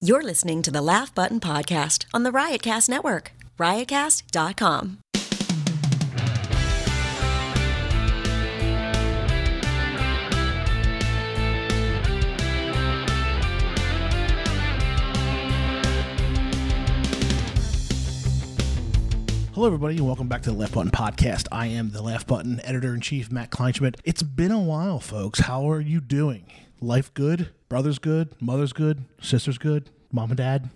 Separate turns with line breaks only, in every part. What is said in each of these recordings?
You're listening to the Laugh Button Podcast on the Riotcast Network, riotcast.com.
Hello, everybody, and welcome back to the Left Button Podcast. I am the Left Button editor in chief, Matt Kleinschmidt. It's been a while, folks. How are you doing? Life good? Brother's good? Mother's good? Sister's good? Mom and dad?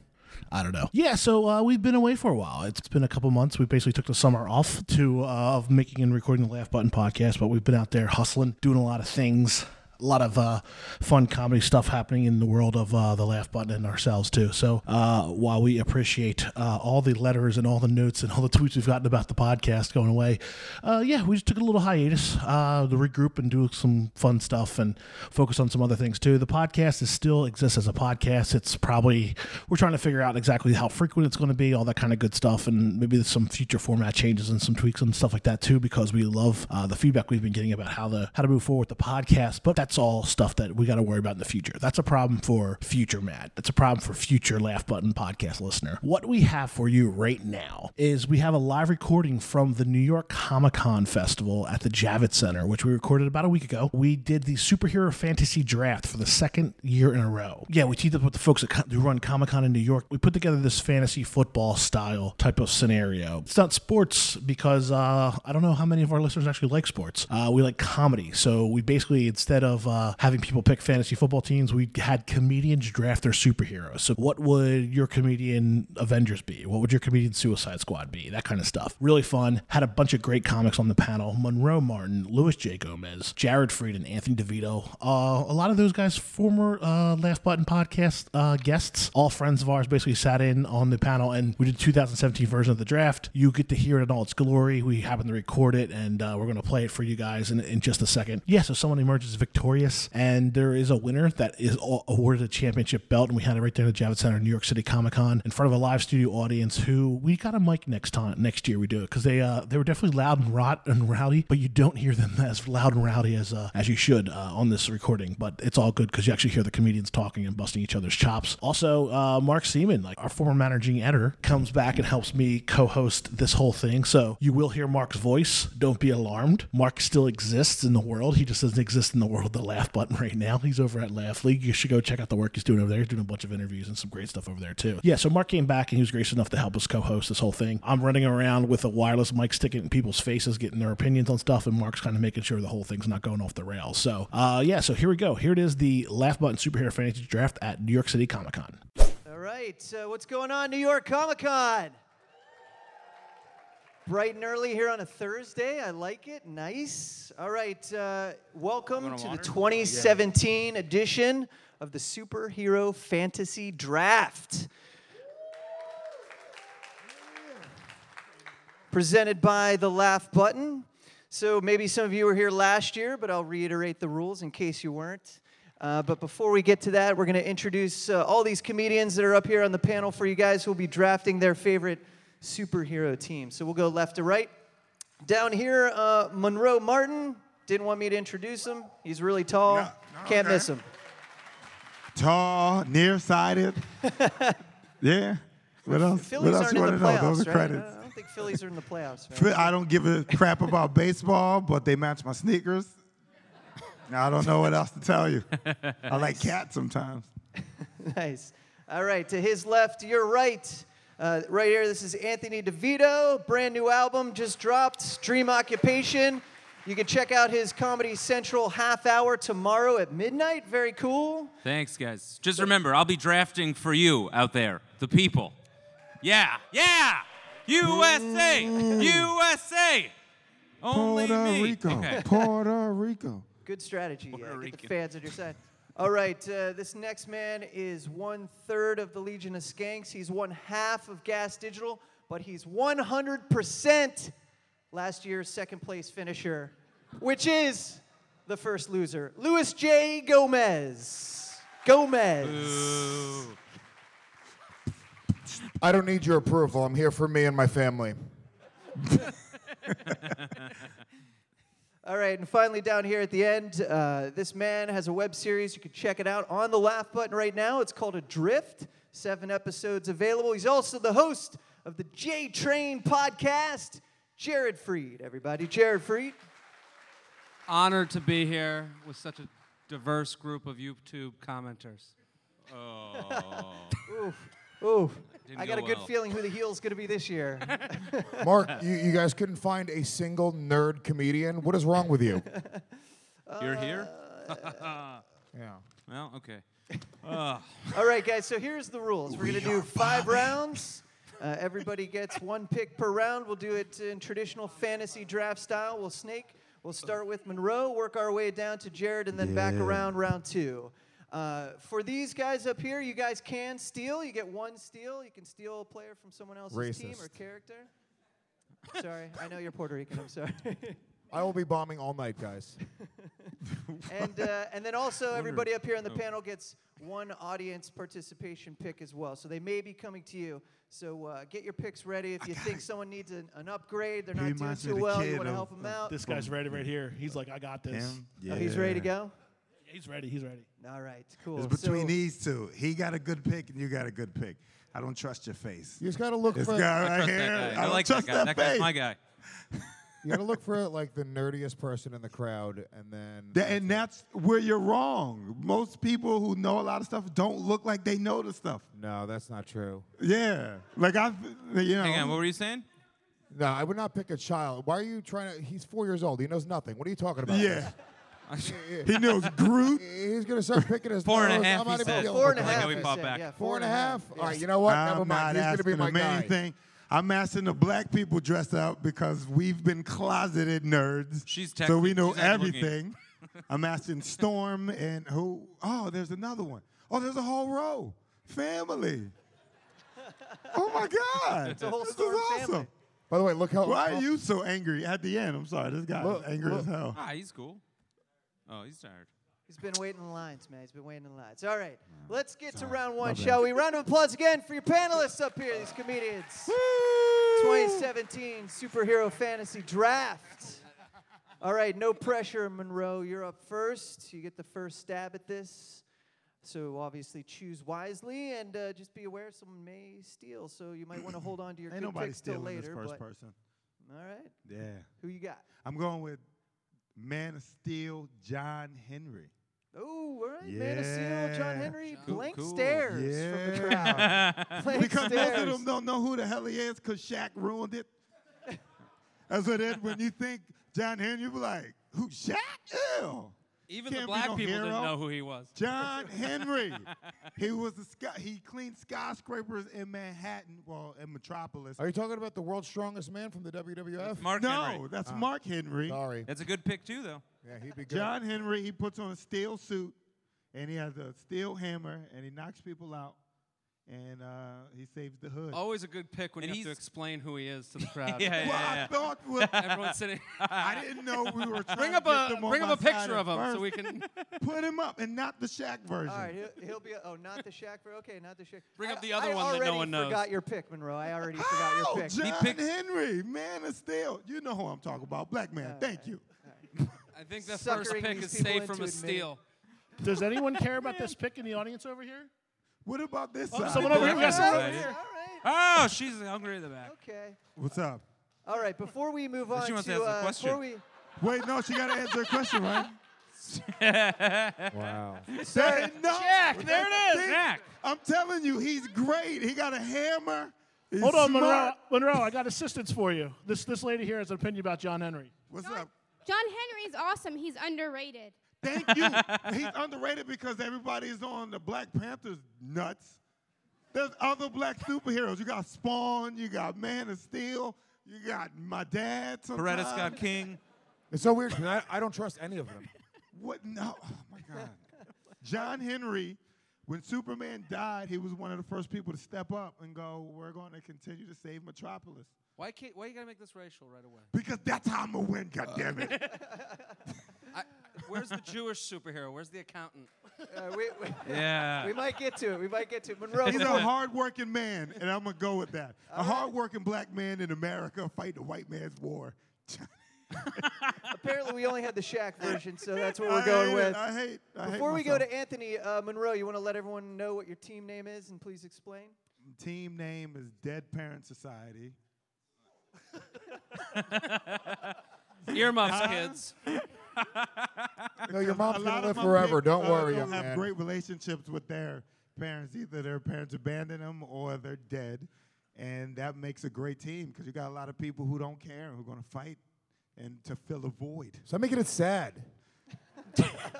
I don't know. Yeah, so uh, we've been away for a while. It's been a couple months. We basically took the summer off to uh, of making and recording the Laugh Button podcast, but we've been out there hustling, doing a lot of things a lot of uh, fun comedy stuff happening in the world of uh, the laugh button and ourselves too. So uh, while we appreciate uh, all the letters and all the notes and all the tweets we've gotten about the podcast going away, uh, yeah, we just took a little hiatus uh, to regroup and do some fun stuff and focus on some other things too. The podcast is still exists as a podcast. It's probably we're trying to figure out exactly how frequent it's going to be, all that kind of good stuff, and maybe there's some future format changes and some tweaks and stuff like that too, because we love uh, the feedback we've been getting about how the how to move forward with the podcast. But that's all stuff that we got to worry about in the future. That's a problem for future Matt. That's a problem for future Laugh Button podcast listener. What we have for you right now is we have a live recording from the New York Comic Con Festival at the Javits Center, which we recorded about a week ago. We did the superhero fantasy draft for the second year in a row. Yeah, we teamed up with the folks that co- who run Comic Con in New York. We put together this fantasy football style type of scenario. It's not sports because uh, I don't know how many of our listeners actually like sports. Uh, we like comedy. So we basically, instead of uh, having people pick fantasy football teams, we had comedians draft their superheroes. So what would your comedian Avengers be? What would your comedian Suicide Squad be? That kind of stuff. Really fun. Had a bunch of great comics on the panel. Monroe Martin, Louis J. Gomez, Jared Fried, and Anthony DeVito. Uh, a lot of those guys, former uh, Laugh Button podcast uh, guests, all friends of ours, basically sat in on the panel and we did 2017 version of the draft. You get to hear it in all its glory. We happen to record it and uh, we're going to play it for you guys in, in just a second. Yeah, so someone emerges victorious and there is a winner that is a- awarded a championship belt. And we had it right there at the Javits Center, New York City Comic Con, in front of a live studio audience who we got a mic next time next year we do it because they uh, they were definitely loud and rot and rowdy, but you don't hear them as loud and rowdy as uh, as you should uh, on this recording. But it's all good because you actually hear the comedians talking and busting each other's chops. Also, uh, Mark Seaman, like our former managing editor, comes back and helps me co-host this whole thing. So you will hear Mark's voice. Don't be alarmed. Mark still exists in the world. He just doesn't exist in the world of the laugh button right now. He's over at Laugh League. You should go check out the work he's doing over there. He's doing a bunch of interviews and some great stuff over there too. Yeah, so Mark came back and he was gracious enough to help us co-host this whole thing. I'm running around with a wireless mic sticking it in people's faces, getting their opinions on stuff, and Mark's kind of making sure the whole thing's not going off the rails. So uh, yeah, so here we go. Here it is, the Laugh Button Superhero Fantasy Draft at New York City Comic Con.
All right, so what's going on, New York Comic Con? Bright and early here on a Thursday. I like it. Nice. All right, uh, welcome to the 2017 edition of the Superhero Fantasy Draft. Presented by the Laugh Button. So maybe some of you were here last year, but I'll reiterate the rules in case you weren't. Uh, but before we get to that, we're going to introduce uh, all these comedians that are up here on the panel for you guys who will be drafting their favorite superhero team. So we'll go left to right. Down here, uh, Monroe Martin. Didn't want me to introduce him. He's really tall.
Yeah, no,
Can't
okay.
miss him.
tall, nearsighted. yeah. What else?
Phillies
what else
aren't in
you
the
want to know?
playoffs,
Those are
right? Uh.
credits.
I don't think Phillies are in the playoffs.
Fi-
Right?
I don't give a crap about baseball, but they match my sneakers. I don't know what else to tell you. I like cats sometimes.
nice. All right, to his left, your right. Uh, right here, this is Anthony DeVito. Brand new album just dropped, Dream Occupation. You can check out his Comedy Central half hour tomorrow at midnight. Very cool.
Thanks, guys. Just remember, I'll be drafting for you out there, the people. Yeah, yeah! USA! USA! Only
Puerto
me.
Rico.
Okay.
Puerto Rico.
Good strategy. Yeah,
Puerto
get the
Rican.
fans on your side. All right, uh, this next man is one third of the Legion of Skanks. He's one half of Gas Digital, but he's 100% last year's second place finisher, which is the first loser, Louis J. Gomez. Gomez.
Ooh.
I don't need your approval. I'm here for me and my family.
All right, and finally down here at the end, uh, this man has a web series. You can check it out on the Laugh Button right now. It's called Adrift. Seven episodes available. He's also the host of the J Train podcast, Jared Freed, everybody. Jared Freed.
Honored to be here with such a diverse group of YouTube commenters.
Ooh,
Didn't
I got
go
a good
well.
feeling who the heel's going to be this year.
Mark, you, you guys couldn't find a single nerd comedian. What is wrong with you?
You're here?
Yeah.
Well, okay.
All right, guys. So here's the rules. We're gonna do five rounds. Uh, everybody gets one pick per round. We'll do it in traditional fantasy draft style. We'll snake. We'll start with Monroe, work our way down to Jared, and then back around round two. Uh, for these guys up here, you guys can steal. You get one steal. You can steal a player from someone else's team or
Racist.
character. Sorry, I know you're Puerto Rican. I'm sorry.
I will be bombing all night, guys.
and uh, and then also everybody up here on the
Oh.
panel gets one audience participation pick as well. So they may be coming to you. So uh, get your picks ready. If you think someone needs an, an upgrade, they're
He
not doing
reminds me
too
of the
well, you
kid
want to
of-
help them
of
out.
This guy's ready right here. He's like, I got this.
Him?
Oh, he's ready to
Yeah.
go.
He's ready. He's ready.
All right, cool.
It's between
so,
these two. He got a good pick and you got a good pick. I don't trust your face.
You just gotta look
This
for
guy
I
right
trust
here.
that guy.
I
I
don't
like
trust
that guy. That, guy's
face.
my guy.
you gotta look for like the nerdiest person in the crowd, and then
Th- and that's where you're wrong. Most people who know a lot of stuff don't look like they know the stuff.
no, that's not true.
Yeah, like I, you know.
Hang on, what were you saying?
No, I would not pick a child. Why are you trying to? He's four years old. He knows nothing. What are you talking about?
yeah, he knows Groot.
He's gonna start picking his
Four and a
nose.
half,
I'm
he
not even
said.
dealing
four
with
and a
Like
that.
how
half.
he
I
popped
said.
back.
Yeah,
Four and a half. All right, you know what?
I'm
Never mind.
not
He's gonna
asking
be my
him
guy.
anything. I'm asking the black people dressed up because we've been closeted nerds.
She's
so we
texting.
know
She's not looking.
everything. I'm asking Storm and who? Oh, there's another one. Oh, there's a whole row. Family. Oh my God!
a whole
this
Storm
is awesome.
family.
By the way, look how.
Why are you so angry at the end? I'm sorry, this guy is
Look,
angry
look.
as hell.
Ah, he's cool. Oh, he's tired.
he's been waiting in lines, man. He's been waiting in lines. All right, let's get to round one, shall we? Round of applause again for your panelists up here, these comedians. 2017 superhero fantasy draft. All right, no pressure, Monroe. You're up first. You get the first stab at this. So obviously choose wisely and uh, just be aware someone may steal. So you might want to hold on to your
Ain't
good
nobody
picks till
stealing
later.
this first
but-
person.
All right,
Yeah.
who you got?
I'm going with Man of Steel, John Henry.
Oh, all right, Man of Steel, John
Yeah.
Henry,
Cool,
blank
cool.
stares from the crowd. Blank
because most of
stares.
them don't know who the hell he is because Shaq ruined it. And so then when you think John Henry, you be like, who, Shaq? Ew.
Even
Can't
the
be
black
no
people
hero.
didn't know who he was.
John Henry. he was a sky- he cleaned skyscrapers in Manhattan, well, in Metropolis.
Are you talking about the world's strongest man from the WWF?
Mark
no,
Henry.
that's Mark Henry.
Sorry.
That's a good pick too, though.
Yeah, he'd be good.
John Henry, he puts on a steel suit and he has a steel hammer and he knocks people out and uh, he saves the hood.
Always a good pick when
And
you have to
he's-
explain who he is to the crowd.
Oh,
well,
Yeah, yeah,
I
yeah.
thought well,
Everyone's sitting.
I didn't know we were trying
bring
to
up
get
a
them on
bring up
my
a
side
picture
at
of him so
first.
we can
Put him up and not the Shaq version.
All right, he'll, he'll be. Oh, not the Shaq. bro. Okay, not the Shaq.
Bring
I-
up the other
I
one that no
already
one knows.
Forgot your pick, Monroe. I already forgot
How?
your pick.
John
picked-
Henry, man of steel. You know who I'm talking about. Black man. Thank you.
I think the first
Suckering
pick
these
is
people
safe from
into
a
admitting-
steal.
Does anyone care about this pick in the audience over here?
What about this
Oh,
side?
someone over here. We got
All
someone over
right,
here.
all right,
Oh, she's hungry in the back.
okay.
What's up?
All right. Before we move on
She wants to
to
ask a
uh,
question.
before we
Wait, no, she got to answer a question, right?
Wow.
Say no.
Shaq, there it is.
See?
Shaq.
I'm telling you, he's great. He got a hammer. He's
Hold on, Monroe.
smart.
Monroe, I got assistance for you. This this lady here has an opinion about John Henry.
What's
John,
up?
John Henry is awesome. He's underrated.
Thank you. He's underrated because everybody's on the Black Panthers nuts. There's other black superheroes. You got Spawn, you got Man of Steel, you got my dad.
Beretta
sometimes.
Scott King.
It's so weird. 'cause I, I don't trust any of them.
What? No. Oh my God. John Henry, when Superman died, he was one of the first people to step up and go, "We're going to continue to save Metropolis
Why can't? Why you gotta make this racial right away?
because that's how I'm gonna win." God damn it.
I, where's the Jewish superhero? Where's the accountant?
uh, we, we,
Yeah.
we might get to it. We might get to it. Monroe.
He's a hardworking man, and I'm gonna go with that. A hardworking black man in America fighting the white man's war.
Apparently, we only had the Shaq version, so that's what
I
we're going
hate it.
with.
I hate. I hate
Before we go
myself.
to Anthony uh, Monroe, you want to let everyone know what your team name is and please explain?
team name is Dead Parent Society.
Earmuffs, kids.
No, your mom's
a
going
lot
to
of
live
my
forever.
people,
Don't
uh,
worry,
Don't
young
have
man.
great relationships with their parents. Either their parents abandon them or they're dead, and that makes a great team because you got a lot of people who don't care and who are going to fight and to fill a void.
Stop making it sad.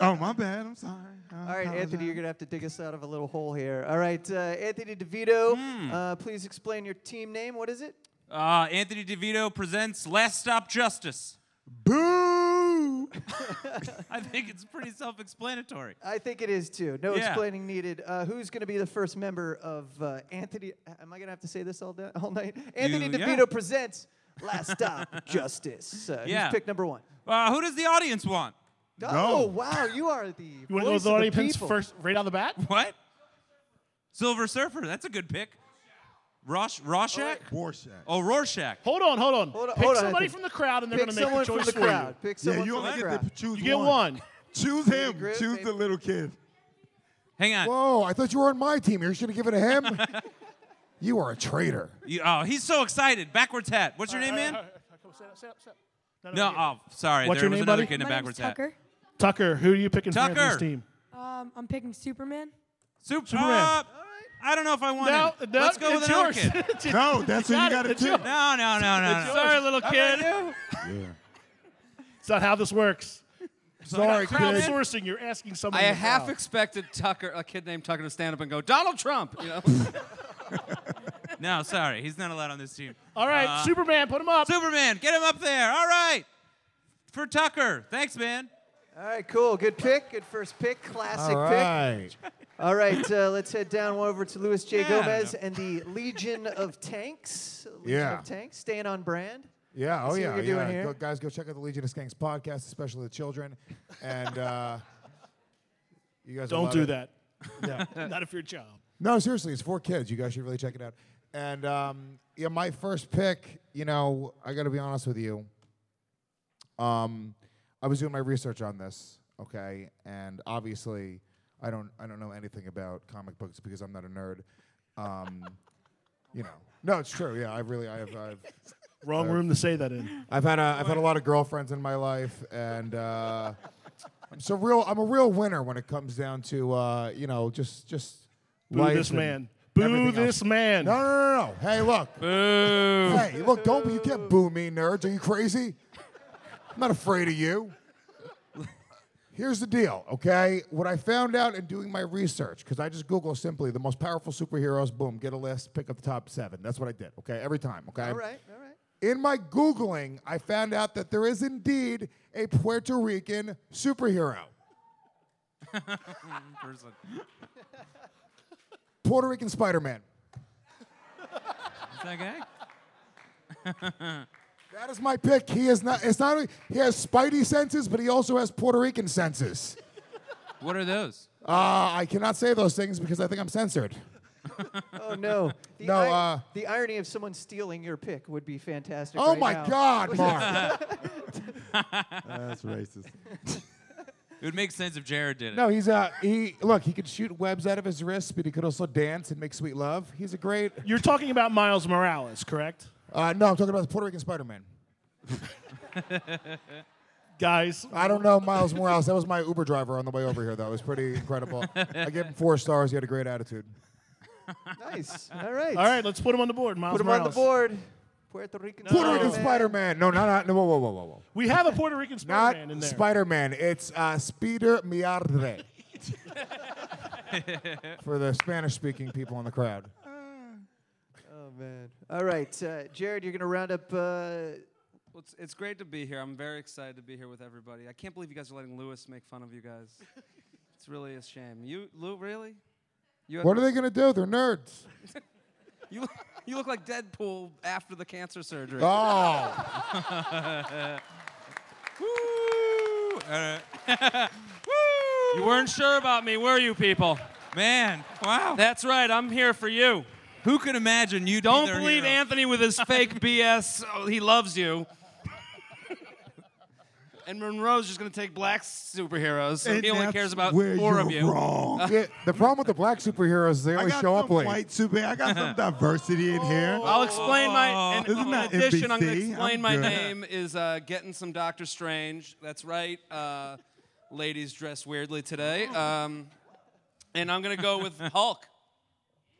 oh, my bad. I'm sorry.
All right, Anthony, you're going to have to dig us out of a little hole here. All right, uh, Anthony DeVito,
Hmm.
uh, please explain your team name. What is it?
Uh, Anthony DeVito presents Last Stop Justice.
Boo!
I think it's pretty self explanatory.
I think it is too. No
Yeah.
explaining needed. Uh, who's going to be the first member of uh, Anthony? Am I going to have to say this all, day, all night? Anthony
yeah.
DeVito presents Last Stop Justice. Uh,
Yeah.
Who's pick number one?
Uh, who does the audience want?
Oh, wow, you are the.
You want to go with
voice
the
of the
audience
people.
first, right out the bat?
What? Silver Surfer. That's a good pick. Rosh- Rorschach?
Rorschach.
Oh, Rorschach.
Hold on, hold on.
Hold on,
Pick
hold on,
somebody
Anthony.
from the crowd, and they're
Pick
going to make
someone
the
from
choice
the
for
crowd.
you.
Pick
yeah,
someone
you
from
only
the
get
crowd.
to choose
You get
one.
one.
Choose him.
Griff,
choose
maybe.
the little kid.
Hang on.
Whoa, I thought you were on my team. You should have given it to him. you are a traitor.
You- oh, he's so excited. Backwards hat. What's your name, man? No, oh, sorry.
What's
there
your
was
name,
another
buddy?
kid in a
My name's
backwards hat.
Tucker.
Tucker, who are you picking for
Tucker.
Anthony's team?
Um, I'm picking Superman.
Super-
Superman.
uh, I don't know if I want
No,
him.
no,
Let's go with
it's
another
yours.
kid.
No, that's who you
Got it,
got to
it's
choose.
yours.
No, no, no, no, no.
Sorry, little kid.
It's not how this works.
Sorry, kid.
Crowdsourcing, you're asking
I
somebody. in the
half
crowd.
expected Tucker, a kid named Tucker, to stand up and go, Donald Trump. You know?
No, sorry. He's not allowed on this team.
All right,
Uh,
Superman, put him up.
Superman, get him up there. All right. For Tucker. Thanks, man.
All right, cool. Good pick. Good first pick. Classic
All
pick.
right.
All right, uh, let's head down over to Luis J.
Yeah.
Gomez and the Legion of Tanks. Legion
Yeah.
of Tanks, staying on brand.
Yeah, oh
See
yeah,
what you're
yeah.
doing here?
Go, guys, go check out the Legion of Skanks podcast, especially the children. And uh, you guys will
Don't
love
do
it.
that. No, not if you're a child.
No, seriously, it's for kids. You guys should really check it out. And um, yeah, my first pick. You know, I got to be honest with you. Um, I was doing my research on this, okay, and obviously, I don't, I don't know anything about comic books because I'm not a nerd. Um, you know, no, it's true. Yeah, I really, I have, I've
Wrong room to say that in.
I've had a, I've had a lot of girlfriends in my life, and uh, I'm so real. I'm a real winner when it comes down to uh, you know just just
Boo
life
this
and
man. Boo
everything
this
else.
man.
No, no, no, no. Hey, look. Boo. Hey, look. Don't you can't boo me, nerds. Are you crazy? I'm not afraid of you. Here's the deal, okay? What I found out in doing my research, because I just Google simply the most powerful superheroes. Boom, get a list, pick up the top seven. That's what I did, okay? Every time, okay?
All right, all right.
In my Googling, I found out that there is indeed a Puerto Rican superhero.
Person.
Puerto Rican Spider Man.
Is that guy?
That is my pick. He is not, it's not, only- he has Spidey senses, but he also has Puerto Rican senses.
What are those?
Uh, I cannot say those things because I think I'm censored.
Oh, no. The,
No,
ir-
uh,
the irony of someone stealing your pick would be fantastic.
Oh
right
my
now.
God, Mark.
That's racist.
It would make sense if Jared did it.
no, he's uh, he, look, he could shoot webs out of his wrists, but he could also dance and make sweet love. He's a great,
You're talking about Miles Morales, correct?
uh, no, I'm talking about the Puerto Rican Spider Man.
Guys,
I don't know Miles Morales. That was my Uber driver on the way over here. That was pretty incredible. I gave him four stars. He had a great attitude.
Nice. All right.
all right, let's put him on the board. Miles
Put him on
Morales.
the board. Puerto Rican
Puerto
Spider-Man.
Rican Spider Man. No, not, not no, whoa, whoa, whoa, whoa, whoa.
We have a Puerto Rican Spider-Man in
Not
there.
Spider Man. It's uh, Spider Miarde. For the Spanish speaking people in the crowd.
Oh, man. All right, uh, Jared, you're going to round up. Uh,
Well, it's, it's great to be here. I'm very excited to be here with everybody. I can't believe you guys are letting Lewis make fun of you guys. it's really a shame. You, Lou, really? You, had-
What are they going to do? They're nerds.
you, look- you look like Deadpool after the cancer surgery.
Oh.
Woo! All right.
You
Woo!
weren't sure about me, were you, people?
Man, wow.
That's right. I'm here for you.
Who could imagine you
Don't believe Anthony with his fake BS. Oh, he loves you. and Monroe's just gonna take black superheroes. So
And
he only
that's
cares about
where
four
you're
of you.
Wrong.
Yeah, the problem with the black superheroes is they
I
only
got
show up
some
late.
white super. I got some diversity in here.
I'll explain my. And
Isn't
in
that
addition, I'm going
NBC?
to explain
I'm
my
good.
name is uh, getting some Doctor Strange. That's right. Uh, ladies dress weirdly today. Um, and I'm going to go with Hulk.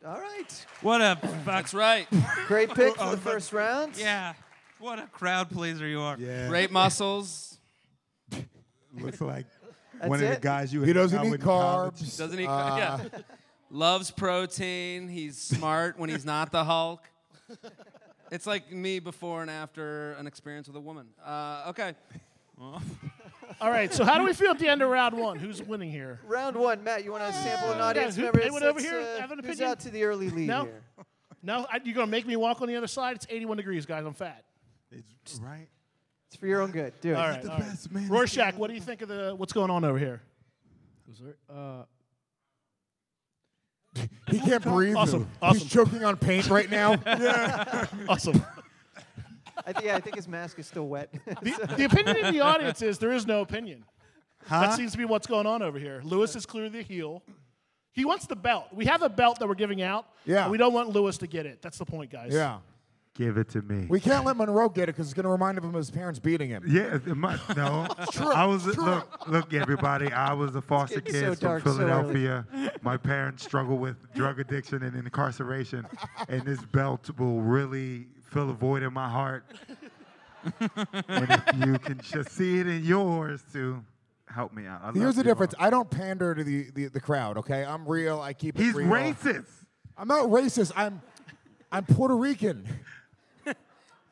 All right.
What a fuck.
That's right.
Great pick
Oh,
for the first round.
Yeah. What a crowd pleaser you are.
Yeah,
Great muscles.
looks like one of the
it?
guys you
He
hang
doesn't
out
eat
with in college.
carbs.
Uh.
Doesn't he? yeah. Loves protein. He's smart when he's not the Hulk. It's like me before and after an experience with a woman. Uh, okay.
All right, so how do we feel at the end of round one? Who's winning here?
Round one, Matt. You want to sample an audience
who-
member?
anyone
Let's-
over here
let's,
have an
who's
opinion?
out to the early lead
No?
here?
No, I, you're gonna make me walk on the other side. It's 81 degrees, guys. I'm fat.
It's right.
It's for your own good. Do it.
All right,
The
all right.
best man.
Rorschach, what do you think of the what's going on over here?
He can't breathe.
Awesome, awesome.
He's choking on paint right now.
Awesome.
I th- yeah, I think his mask is still wet.
the, the opinion of the audience is there is no opinion.
Huh?
That seems to be what's going on over here. Lewis is clearly the heel. He wants the belt. We have a belt that we're giving out.
Yeah.
and We don't want Lewis to get it. That's the point, guys.
yeah.
Give it to me.
We can't let Monroe get it because it's going to remind him of his parents beating him.
Yeah, it might, no. I was look, look, everybody. I was a foster
getting so
kid
dark
from
so early.
Philadelphia. My parents struggle with drug addiction and incarceration, and this belt will really fill a void in my heart. and if you can just see it in yours to help me out. I love
Here's the
you
difference.
all.
I don't pander to the, the, the crowd, okay? I'm real. I keep it
He's
real.
racist.
I'm not racist. I'm I'm Puerto Rican.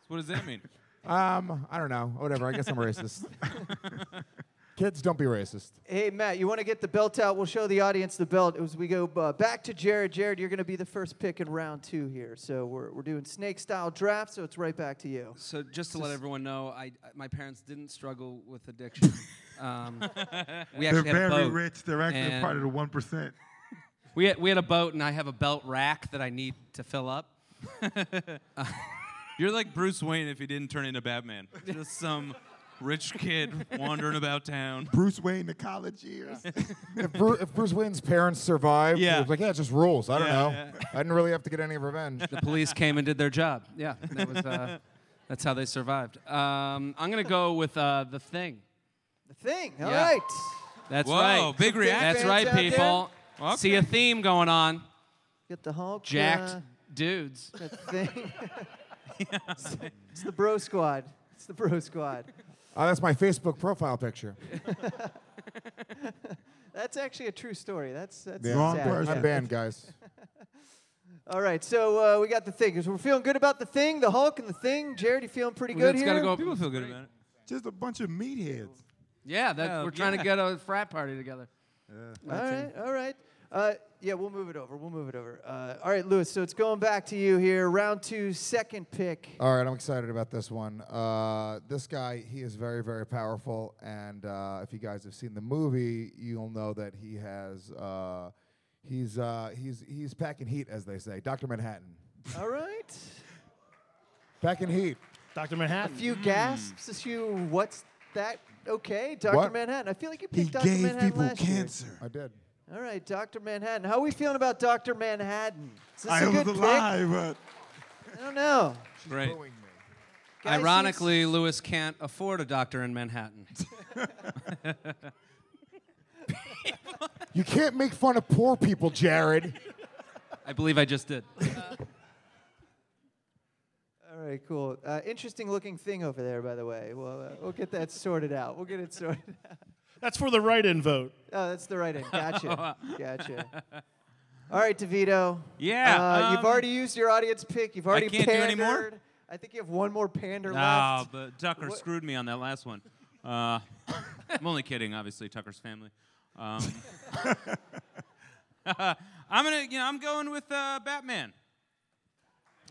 What does that mean?
Um, I don't know. Whatever. I guess I'm racist. Kids, don't be racist.
hey, Matt, you want to get the belt out? We'll show the audience the belt as we go uh, back to Jared. Jared, you're going to be the first pick in round two here. So we're, we're doing snake style draft, so it's right back to you.
So just to let everyone know, I, I- my parents didn't struggle with addiction. um, we
They're
actually had a
very
boat.
rich. They're actually
and
part of the one percent.
We had, we had a boat, and I have a belt rack that I need to fill up.
You're like Bruce Wayne if he didn't turn into Batman. Just some rich kid wandering about town.
Bruce Wayne, the college years.
If, Bru- if Bruce Wayne's parents survived,
Yeah.
it was like, yeah, it's just rules. I don't
Yeah,
know.
yeah.
I didn't really have to get any revenge.
The police came and did their job. Yeah, that was, uh, that's how they survived. Um, I'm gonna go with uh, the thing.
The thing. All
Yeah.
right.
That's
Whoa,
right.
big reaction.
That's
fans
right,
out there.
people. See a theme going on.
Get the Hulk.
Jacked
uh,
dudes.
that thing. it's the bro squad. It's the bro squad.
Uh, that's my Facebook profile picture.
That's actually a true story. That's that's
Yeah.
Wrong
sad.
person.
I'm banned, guys.
All right, so uh, we got the thing. So We're feeling good about the thing, the Hulk, and the thing. Jared, you feeling pretty good
It's
here?
gotta go.
People feel good about it.
Just a bunch of meatheads.
Yeah, that,
Yeah,
we're trying
yeah.
to get a frat party together.
All right, all right. Uh, yeah, we'll move it over. We'll move it over. Uh, all right, Lewis. So it's going back to you here. Round two, second pick.
All right, I'm excited about this one. Uh, this guy, he is very, very powerful, and uh, if you guys have seen the movie, you'll know that he has uh, he's uh, he's he's packing heat, as they say. Doctor Manhattan,
All right.
packing heat.
Dr.
A
Manhattan.
Hmm.
few gasps. A few. What's that? Okay, Doctor
What?
Manhattan. I feel like you
He
picked Doctor
gave
Manhattan
people
last
cancer.
I did.
year. All right, Doctor Manhattan. How are we feeling about Doctor Manhattan? Is this
I
a
was
good
alive, but
pick? I don't know.
Great.
Guys,
Ironically, Lewis can't afford a doctor in Manhattan.
You can't make fun of poor people, Jared.
I believe I just did.
All right, cool. Uh, interesting looking thing over there, by the way. Well, uh, we'll get that sorted out. We'll get it sorted.
That's for the write-in vote.
Oh, that's the right end. Gotcha. gotcha. All right, DeVito.
Yeah,
Uh, you've
um,
already used your audience pick. You've already
can't do
pandered.
any more?
I think you have one more pander
Ah,
left.
but Tucker
What-
screwed me on that last one. Uh, I'm only kidding, obviously, Tucker's family. Um, I'm gonna, you know, I'm going with uh, Batman.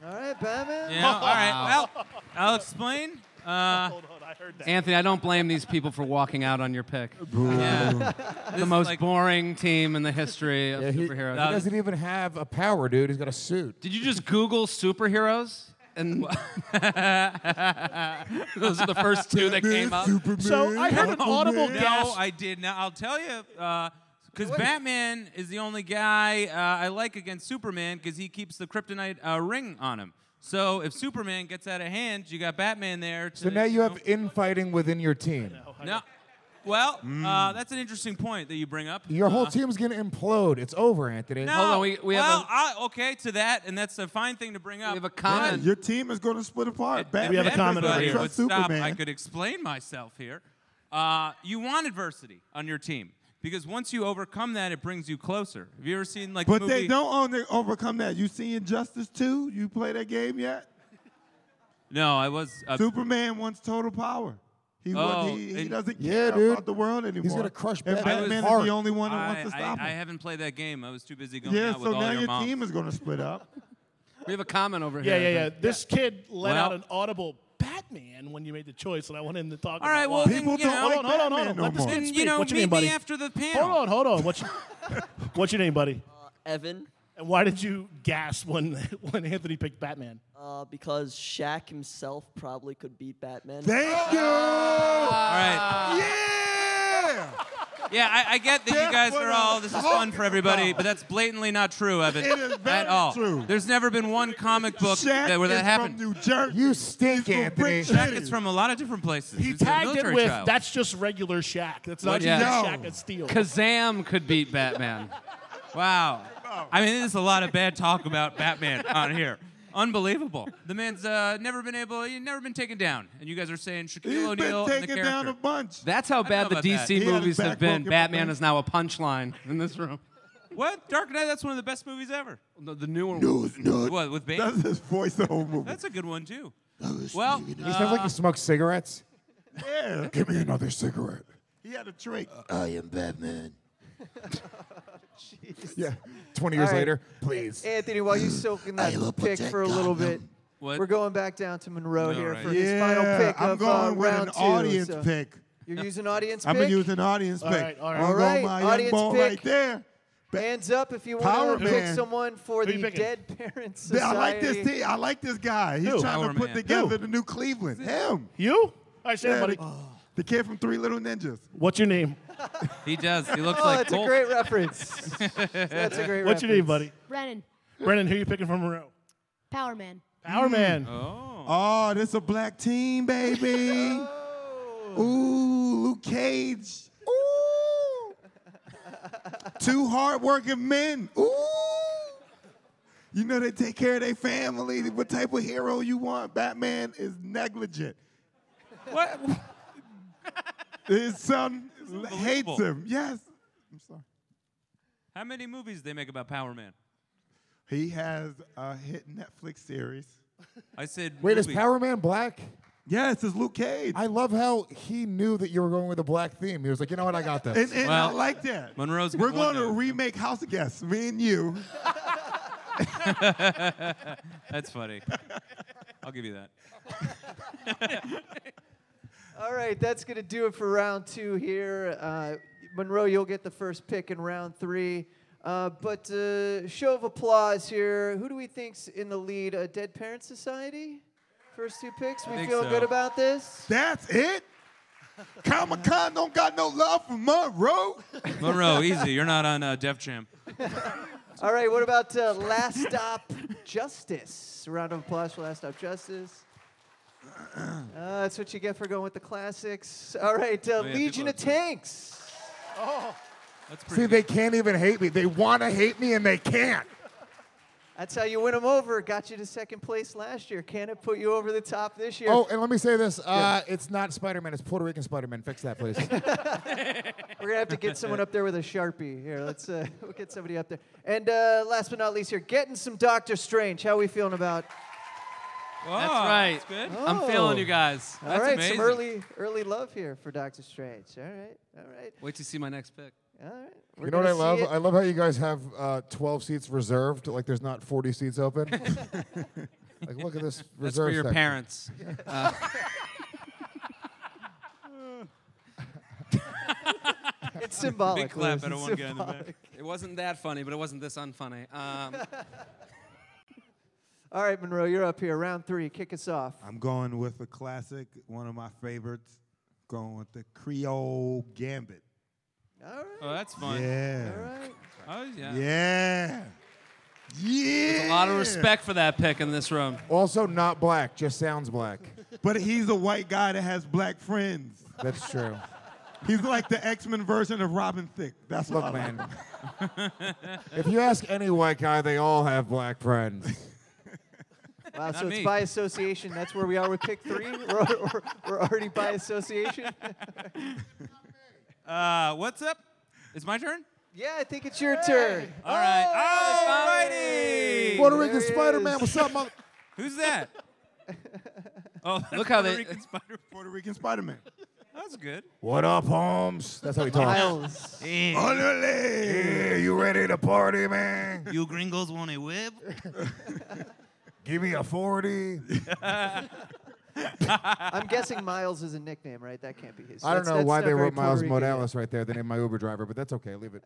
All right, Batman.
You know, all right. Well, I'll explain. Uh,
Hold on, I heard that.
Anthony, I don't blame these people for walking out on your pick.
yeah.
the most
like-
boring team in the history of superheroes.
He doesn't even have a power, dude. He's got a suit.
Did you just Google superheroes? and those are the first two that came up.
So I had an audible guess.
No, I did not. I'll tell you, because Batman is the only guy uh, I like against Superman because he keeps the kryptonite uh, ring on him. So if Superman gets out of hand, you got Batman there. To,
So now you have infighting within your team.
no. Well,
Hmm.
uh, that's an interesting point that you bring up.
Your whole
Uh,
team's gonna implode. It's over, Anthony.
No,
Hold on, we- we have
well,
a-
I- okay, to that, and that's a fine thing to bring up.
We have a
Yeah,
common.
your team is going to split
E-
apart. Batman,
We have a comment over
doesn't
Everybody
here.
would
Trust
stop.
Superman.
I could explain myself here. Uh, you want adversity on your team because once you overcome that, it brings you closer. Have you ever seen like? the
but
movie?
they don't own they overcome that. You see Injustice 2? You play that game yet?
No, I was. Uh,
Superman wants total power. He, wa-
Oh,
he, he
and-
doesn't
Yeah,
care
dude.
about the world anymore.
gonna crush
and
Batman's
Batman. is
heart.
the only one that
I,
wants to
I,
stop
I
him.
haven't played that game. I was too busy going
yeah,
out with
so
all
now
your,
your
moms.
team is going to split up.
We have a comment over
yeah,
here. I
yeah, yeah.
think.
This kid let
Well-
out an audible Batman when you made the choice, and I wanted him to talk.
All
about
right, well,
why.
then,
People
you
don't
know,
hold on, hold on, hold on.
Batman no
Let this
more.
kid
Then,
speak.
you know,
What's your
meet
name, buddy?
me after the panel.
Hold on, hold on. What's your, what's your name, buddy?
Evan,
And why did you gasp when when Anthony picked Batman?
uh, because Shaq himself probably could beat Batman.
Thank you.
All right.
yeah.
Yeah, I, I get that you
That's
guys
what
are
I'm
all. This is fun for everybody, but that's blatantly not true, Evan.
It is
at
very
all.
true.
There's never been one comic book
Shaq
that, where
is
that happened.
from New Jersey.
You stink,
He's from
Anthony.
Brick
Shaq
Shaq
City.
is from a lot of different places.
He
He's a
tagged it
military
with
child.
that's just regular Shaq. That's not
What?
just
Yeah.
the Shaq of Steel.
Kazam could beat Batman.
wow. I mean, there's a lot of bad talk about Batman on here. Unbelievable. The man's uh, never been able, he's never been taken down, and you guys are saying Shaquille
He's
O'Neal
been
and the
taken
character.
down a bunch.
That's how
know
bad the
about that.
DC
He had his
movies have
back
been.
pocket
Batman
button.
is now a punchline in this room.
what? Dark Knight? That's one of the best movies ever.
The, the newer one.
No, it's not.
What with Bane?
That's his voiceover movie.
That's a good one too. Well, uh,
He sounds like he smokes cigarettes.
yeah.
Give me another cigarette.
He had a trick.
Uh, I am Batman. yeah, 20 years
All right.
later, please.
Anthony, while you soak in that
I will
pick
protect
for a little bit,
What?
we're going back down to Monroe
No,
here
right.
for his final pick
I'm
of uh,
going with
round
an
two.
audience
so-
pick.
You're using audience
I'm
pick.
gonna use an audience pick.
right, all right.
I'm
All
going
right,
my young
audience
boy
pick.
right there.
Hands up if you
Power
want to pick
Man.
someone
Who
for the
you picking?
Dead Parents Society.
I like this team. I like this guy. He's
Who?
trying to
Power
put
Man.
together
Who?
the new Cleveland. Him.
you? All right, say it, buddy.
The kid from Three Little Ninjas.
What's your name?
he does. He looks
Oh,
like
that's a
Hulk.
great reference. That's a great reference.
What's your name, buddy?
Brennan,
Brennan, who you picking from Monroe?
Power Man.
Power
Hmm.
Man.
Oh, this a black team, baby. Ooh, Luke Cage. Ooh. Two hardworking men. Ooh. You know they take care of their family. What type of hero you want? Batman is negligent.
What?
His son hates
unbelievable.
him. Yes. I'm sorry.
How many movies they make about Power Man?
He has a hit Netflix series.
I said.
Wait, is
movies.
Power Man black?
Yes, it's Luke Cage.
I love how he knew that you were going with a black theme. He was like, you know what, I got this.
and and I
Well,
like that.
Monroe's
We're
got one
going to
now.
remake House of Guests, me and you.
That's funny. I'll give you that.
All right, that's going to do it for round two here. Uh, Monroe, you'll get the first pick in round three. Uh, but uh, show of applause here. Who do we think's in the lead? Uh, Dead Parents Society? First two picks? We
think
feel
so.
good about this?
That's it? Comic Con don't got no love for Monroe.
Monroe, easy. You're not on uh, Def Jam.
All right, what about uh, Last Stop Justice? Round of applause for Last Stop Justice. Uh, that's what you get for going with the classics. All right, uh,
yeah,
Legion
people
of
are upset.
Tanks.
That's
See,
pretty.
they can't even hate me. They want to hate me and they can't.
That's how you win them over. Got you to second place last year. Can it put you over the top this year?
Oh, and let me say this. Uh, It's not Spider Man, it's Puerto Rican Spider Man. Fix that, please.
We're gonna have to get someone up there with a sharpie. Here, let's uh, we'll get somebody up there. And uh, last but not least, here, getting some Doctor Strange. How we feeling about?
Whoa,
That's right.
That's good.
I'm feeling you guys.
All right,
amazing.
some early early love here for Doctor Strange. All right, all right,
Wait to see my next pick.
all right. We're
you know what
gonna
I love?
see it.
I love how you guys have uh, 12 seats reserved, like there's not 40 seats open. like, look at this reserve.
That's for your
section.
parents. Uh,
it's symbolic.
Big clap
Louis,
at a
it's
one guy in the back.
symbolic.
it wasn't that funny, but it wasn't this unfunny. Um,
All right, Monroe, you're up here. Round three, kick us off.
I'm going with a classic, one of my favorites. Going with the Creole Gambit.
Oh, that's fun.
Yeah.
Oh, yeah.
Yeah.
There's a lot of respect for that pick in this room.
Also, not black, just sounds black.
But he's a white guy that has black friends.
That's true.
He's like the X Men version of Robin Thicke. That's
Look,
what I like.
man. if you ask any white guy, they all have black friends.
Wow,
Not
so it's
me.
by association. That's where we are with pick three. We're, we're, we're already by association.
Uh, what's up? It's my turn?
yeah, I think it's your turn.
Oh,
All right. Alrighty.
Puerto Rican Spider Man, what's up, mother?
Who's that? oh, that's
Look how
Puerto
they-
Rican Spider.
Puerto Rican Spider Man.
That's good.
What up, Holmes? That's how he talks.
Miles.
Hey, you ready to party, man?
You gringos want a whip?
Give me a 40.
I'm guessing Miles is a nickname, right? That can't be his.
I don't
That's-
know
that's
why
not
they
very
wrote
Puerto
Miles
Rican.
Morales right there. They named my Uber driver, but that's okay. Leave it.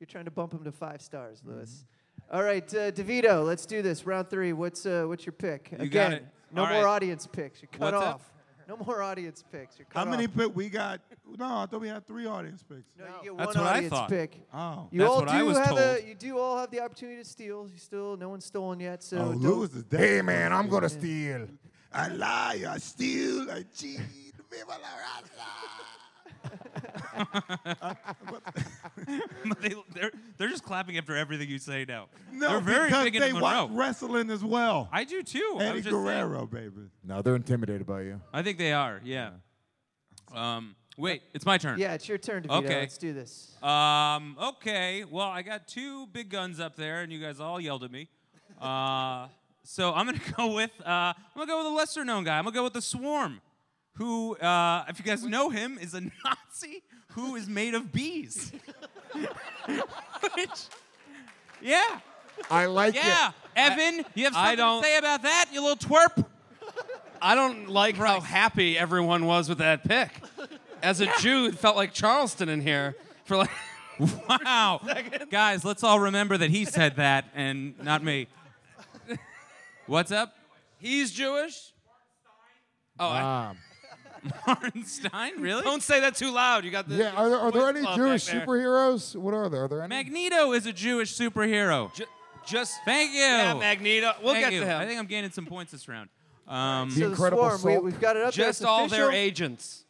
You're trying to bump him to five stars,
Mm-hmm.
Lewis. All right, uh, DeVito, let's do this. Round three. What's uh, what's your pick?
You
Again,
got it.
no
All
more
right.
audience picks. You're cut
What's up?
off. No more audience picks. You're
How
cut
many
off.
pick we got? No, I thought we had three audience picks.
No, you get
That's
one
what I
audience
thought.
pick.
Oh.
You
That's
all
what
do
I was
have a.
told.
You do all have the opportunity to steal. You still, no one's stolen yet. So
Oh,
don't-
Lewis is dead.
Hey, man, I'm going to steal.
I lie, I steal, I cheat. Viva la
But they, they're, they're just clapping after everything you say now.
raza. No,
they're very
because
big
they
in
watch
Monroe.
wrestling as well.
I do too. I
Eddie
was just saying.
Guerrero, baby.
No, they're intimidated by you.
I think they are. Yeah. Um. Wait, it's my turn.
yeah, it's your turn, DeVito.
Okay.
Let's do this.
Um. Okay. Well, I got two big guns up there, and you guys all yelled at me. Uh. so I'm gonna go with uh. I'm gonna go with a lesser known guy. I'm gonna go with the Swarm, who, uh, if you guys know him, is a Nazi who is made of bees. Which, yeah.
I like
Yeah, Evan, you have something
I don't-
to say about that, you little twerp?
I don't like how happy everyone was with that pick. As a Jew, it felt like Charleston in here for like.
Wow. Guys, let's all remember that he said that and not me. What's up?
He's Jewish. Oh,
it.
I-
Um,
Martin Stein? Really?
don't say that too loud. You got the.
yeah, are there, are there
Boys
any
Club
Jewish
back there.
superheroes? What are there? Are there any?
Magneto is a Jewish superhero.
Ju- just
Thank you.
Yeah, Magneto. We'll
Thank
get
you.
to him.
I think I'm gaining some points this round. Um,
so
Incredible
the swarm.
Sulk.
We, we've got it up. there.
just
It's
all
official.
their agents.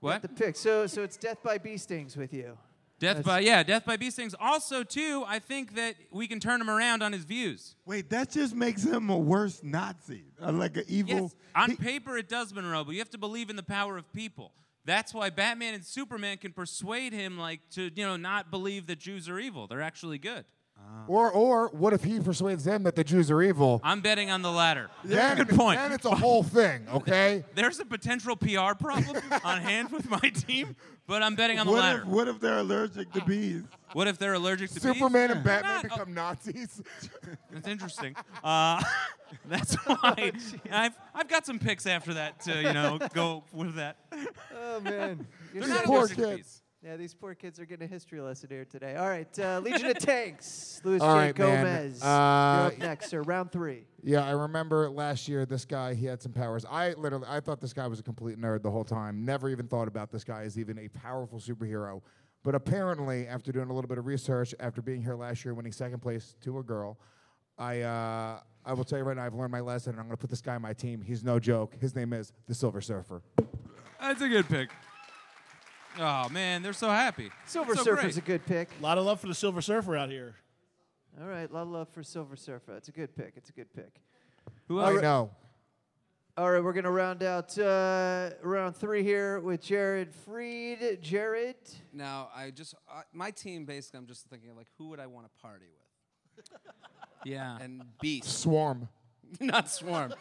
what?
The pick. So so it's death by bee stings with you.
Death by yeah, Death by Bee Stings. Also, too, I think that we can turn him around on his views.
Wait, that just makes him a worse Nazi, uh, like an evil.
Yes, on
he-
paper it does, Monroe, but you have to believe in the power of people. That's why Batman and Superman can persuade him, like, to you know, not believe that Jews are evil. They're actually good.
Or, or what if he persuades them that the Jews are
Ah,
evil?
I'm betting on the latter.
Then-
good point.
Then it's a whole thing, okay?
There's a potential PR problem on hand with my team, but I'm betting on the
what
latter. Uh.
if what if they're allergic to bees?
what if they're allergic to bees?
Superman and Batman
Not-
become Nazis.
That's interesting. Uh, that's why I've I've got some picks after that to you know go with that.
Oh man. You're
They're
so
not
poor
allergic to
kids.
bees.
Yeah, these poor kids are getting a history lesson here today. All right, uh, Legion of Tanks, Luis
All
J.
right, man.
Gomez.
Uh,
You're up next, sir. Round three.
Yeah, I remember last year this guy, he had some powers. I literally I thought this guy was a complete nerd the whole time. Never even thought about this guy as even a powerful superhero. But apparently, after doing a little bit of research, after being here last year winning second place to a girl, I uh, I will tell you right now, I've learned my lesson and I'm gonna put this guy on my team. He's no joke. His name is the Silver Surfer.
That's a good pick. Oh man, they're so happy.
Silver
so
Surfer's
great.
a good pick.
A lot of love for the Silver Surfer out here.
All right, a lot of love for Silver Surfer. It's a good pick. It's a good pick.
Who I know.
All right, we're gonna round out uh, round three here with Jared Freed. Jared,
Now, I just uh, my team basically. I'm just thinking of like who would I want to party with?
Yeah.
And Beast,
Swarm.
not Swarm.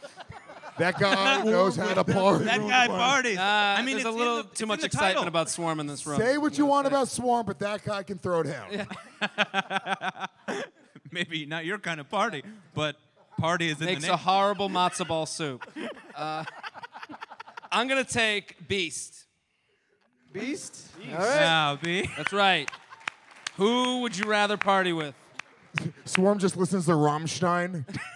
That guy knows how to party.
That guy parties. I mean,
Uh, there's
it's
a
in
little
the- it's
too
in
much
the
excitement
title.
about Swarm in this room.
Say what you want about Swarm, but that guy can throw down.
Maybe not your kind of party, but party is in
Makes
the
a
name.
horrible matzo ball soup. Uh, I'm gonna take Beast.
Beast. All right,
Yeah, B.
That's right. Who would you rather party with?
Swarm just listens to Rammstein.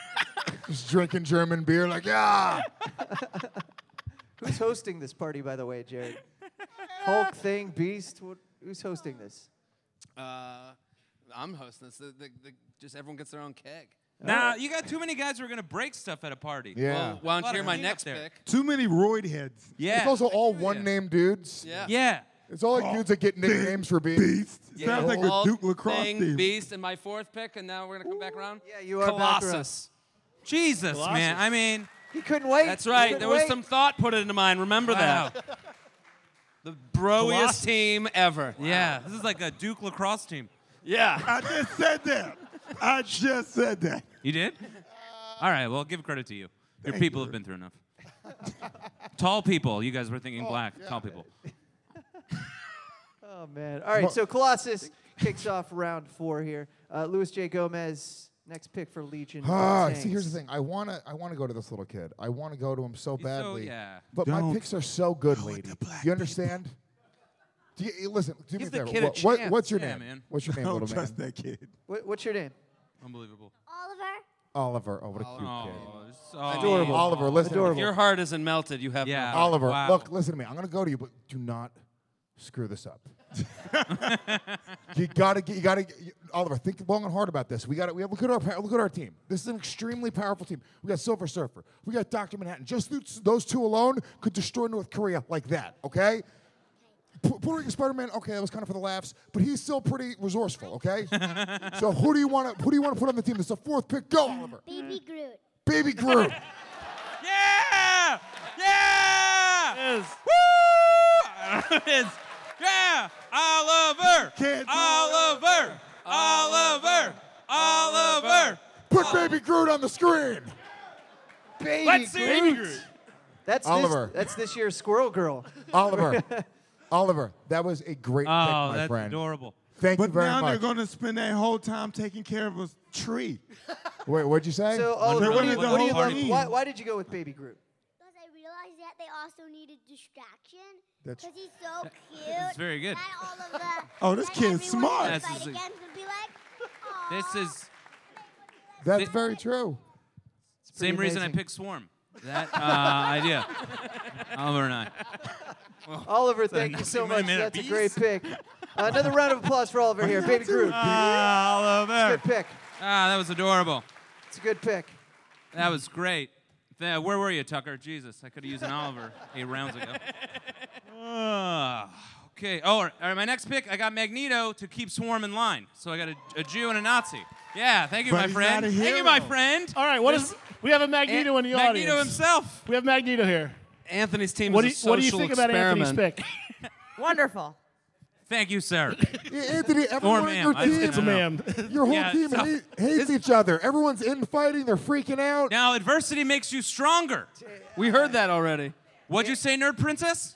Just drinking German beer, like, yeah.
Who's hosting this party, by the way, Jared? Hulk thing, Beast. What, who's hosting this?
Uh, I'm hosting this. The, the, the, just everyone gets their own keg. Oh.
Nah, you got too many guys who are gonna break stuff at a party.
Yeah. Well, why don't you
Lot of
hear my
cleanup
next
there.
pick?
Too many roid heads.
Yeah.
It's also all one name dudes.
Yeah.
Yeah.
It's all like
Oh,
dudes that get nicknames for being.
Beast.
Yeah,
Sounds like
Hulk,
a Duke lacrosse
Thing,
team.
Beast, and my fourth pick, and now we're gonna come back around. Yeah,
you
are back around.
Colossus.
Jesus, man. I mean,
He couldn't wait.
That's right.
couldn't
There was
wait.
some thought put into mine. Remember that. the
Colossus.
broiest team ever.
yeah, this is like a Duke lacrosse team.
Yeah.
I just said that. I just said that.
You did? All right. Well, give credit to you. Your people have been through enough. Tall people. You guys were thinking black. Tall people.
Oh man! All right, so Colossus kicks off round four here. Uh, Luis J. Gomez, next pick for Legion.
Ah,
Tanks.
see, here's the thing. I wanna, I wanna go to this little kid. I wanna go to him so badly.
yeah.
But my
Don't
picks are so good, lady. You understand? Do you, you- listen, do me
Give
a
the
favor.
kid a
What- what-
chance.
what's your
Yeah,
name?
man.
What's your name,
Don't
little man?
Oh, trust that kid.
What, what's your name?
Unbelievable.
Oliver. Oh, what a cute
Oh,
kid.
so adorable.
Adorable.
Oliver, listen. to me.
If your heart isn't melted, you have
Yeah.
no heart.
Oliver,
Wow.
look, listen to me. I'm gonna go to you, but do not screw this up. you gotta get. You gotta. get- You, Oliver, think long and hard about this. We got to We have look at our pa- look at our team. This is an extremely powerful team. We got Silver Surfer. We got Doctor Manhattan. Just those, those two alone could destroy North Korea like that. Okay. P- Puerto Rican Spider-Man. Okay, that was kind of for the laughs, but he's still pretty resourceful. Okay. so who do you want to who do you want to put on the team? This is the fourth pick. Go, Oliver.
Baby Groot.
Baby Groot.
Yeah! Yeah!
Yes.
Woo! It's- yeah! Oliver!
Can't
Oliver! Oliver! Oliver!
Put
Oh.
Baby Groot on the screen.
Baby
Let's see
Groot.
Baby
That's
Oliver.
This, that's this year's Squirrel Girl.
Oliver, Oliver, that was a great pick,
Oh,
my
that's
friend.
adorable.
Thank you
But
very
now
much.
they're going to spend that whole time taking care of a tree.
Wait, what'd you say?
So uh, Oliver, what do you,
Wonderful
what do you
Party.
love? Why, why did you go with Baby Groot?
Because I realized that they also needed distraction.
That's-
Because he's so cute.
that's very good.
That all of the,
Oh, this
that
kid's
everyone
smart.
would
This
fight
is a-
against would be like, "Aw."
This is
That's
Thi-
very true.
same reason I
amazing.
picked Swarm. That uh, idea. Oliver and I.
Oliver, thank you so much.
nothing made a
That's a
beast?
great pick. Uh, Another round of applause for Oliver here. Baby Groot.
Uh,
Oliver!
Good pick.
Ah, that was adorable.
It's a good pick.
That was great. Th- Where were you, Tucker? Jesus, I could have used an Oliver eight rounds ago. Ah, okay. Oh, all right, all right, My next pick, I got Magneto to keep Swarm in line. So I got a, a Jew and a Nazi. Yeah, thank you,
But
my
he's
friend.
not a
Thank you,
hero.
my friend.
All right, what
This-
is? We have a
An-
Magneto in the
Magneto
audience.
himself.
We have Magneto here.
Anthony's team
What do you,
is a
what do you
social
think about
experiment.
Anthony's pick?
Wonderful.
Thank you, sir.
Yeah, Anthony,
or
everyone on
ma'am.
your
I just
team,
didn't know.
your whole
Yeah,
team
so-
hate, hates each other. Everyone's infighting. They're freaking out.
Now, adversity makes you stronger.
We heard that already.
What'd you say, Nerd Princess?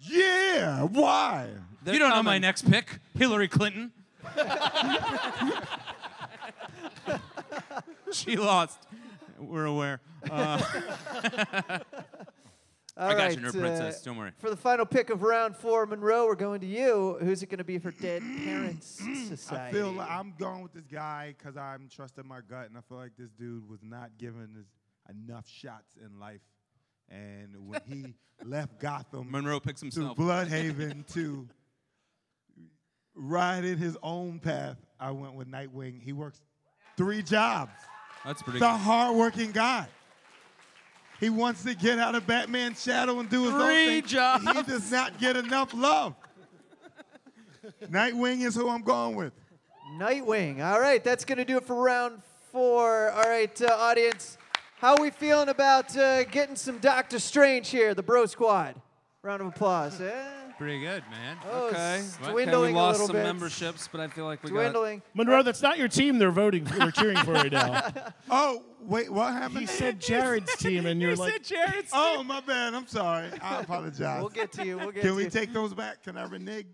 Yeah, why?
you don't know my next pick, Hillary Clinton. she lost. We're aware. Uh,
All
got
right, uh,
you, Nerd Princess. Don't worry.
For the final pick of round four, Monroe, we're going to you. Who's it going to be for Dead Parents
I
Society?
feel like I'm going with this guy because I'm trusting my gut, and I feel like this dude was not given his, enough shots in life. And when he left Gotham
Monroe picks
to
himself.
Bloodhaven to ride in his own path, I went with Nightwing. He works three jobs.
That's pretty
He's a
good.
hardworking guy. He wants to get out of Batman's shadow and do his own
Three
thing. He does not get enough love. Nightwing is who I'm going with.
Nightwing. All right, that's going to do it for round four. All right, uh, audience, how we feeling about uh, getting some Doctor Strange here, the Bro Squad? Round of applause. eh?
Pretty good, man.
Oh,
Okay.
it's
Okay,
dwindling
we
a
lost
little
some
bit.
memberships, but I feel like we
Dwindling.
Monroe, that's not your team. They're voting. for- They're cheering for right now.
Oh, wait, what happened?
He said Jared's team, and you're like,
Jared's.
oh, my bad. I'm sorry. I apologize.
We'll get to you. We'll get
Can
to
we
you.
take those back? Can I renege?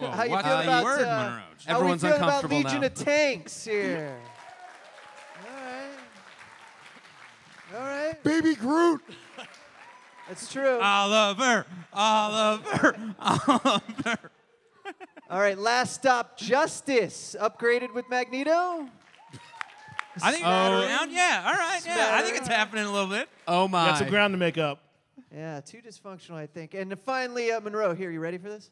How you
What
feel
the
about
word,
uh,
Monroe?
how
Everyone's
we feel about
uncomfortable
Legion
now.
of Tanks here? All right. All right.
Baby Groot.
That's true.
Uh,
Oliver. Oliver. Oliver.
All right, last stop, Justice. Upgraded with Magneto?
I think
Smattering.
around. Yeah, all right. Yeah, I think it's
Smattering.
happening a little bit.
Oh
You got some ground to make up.
Yeah, too dysfunctional, I think. And finally, uh, Monroe, here, you ready for this?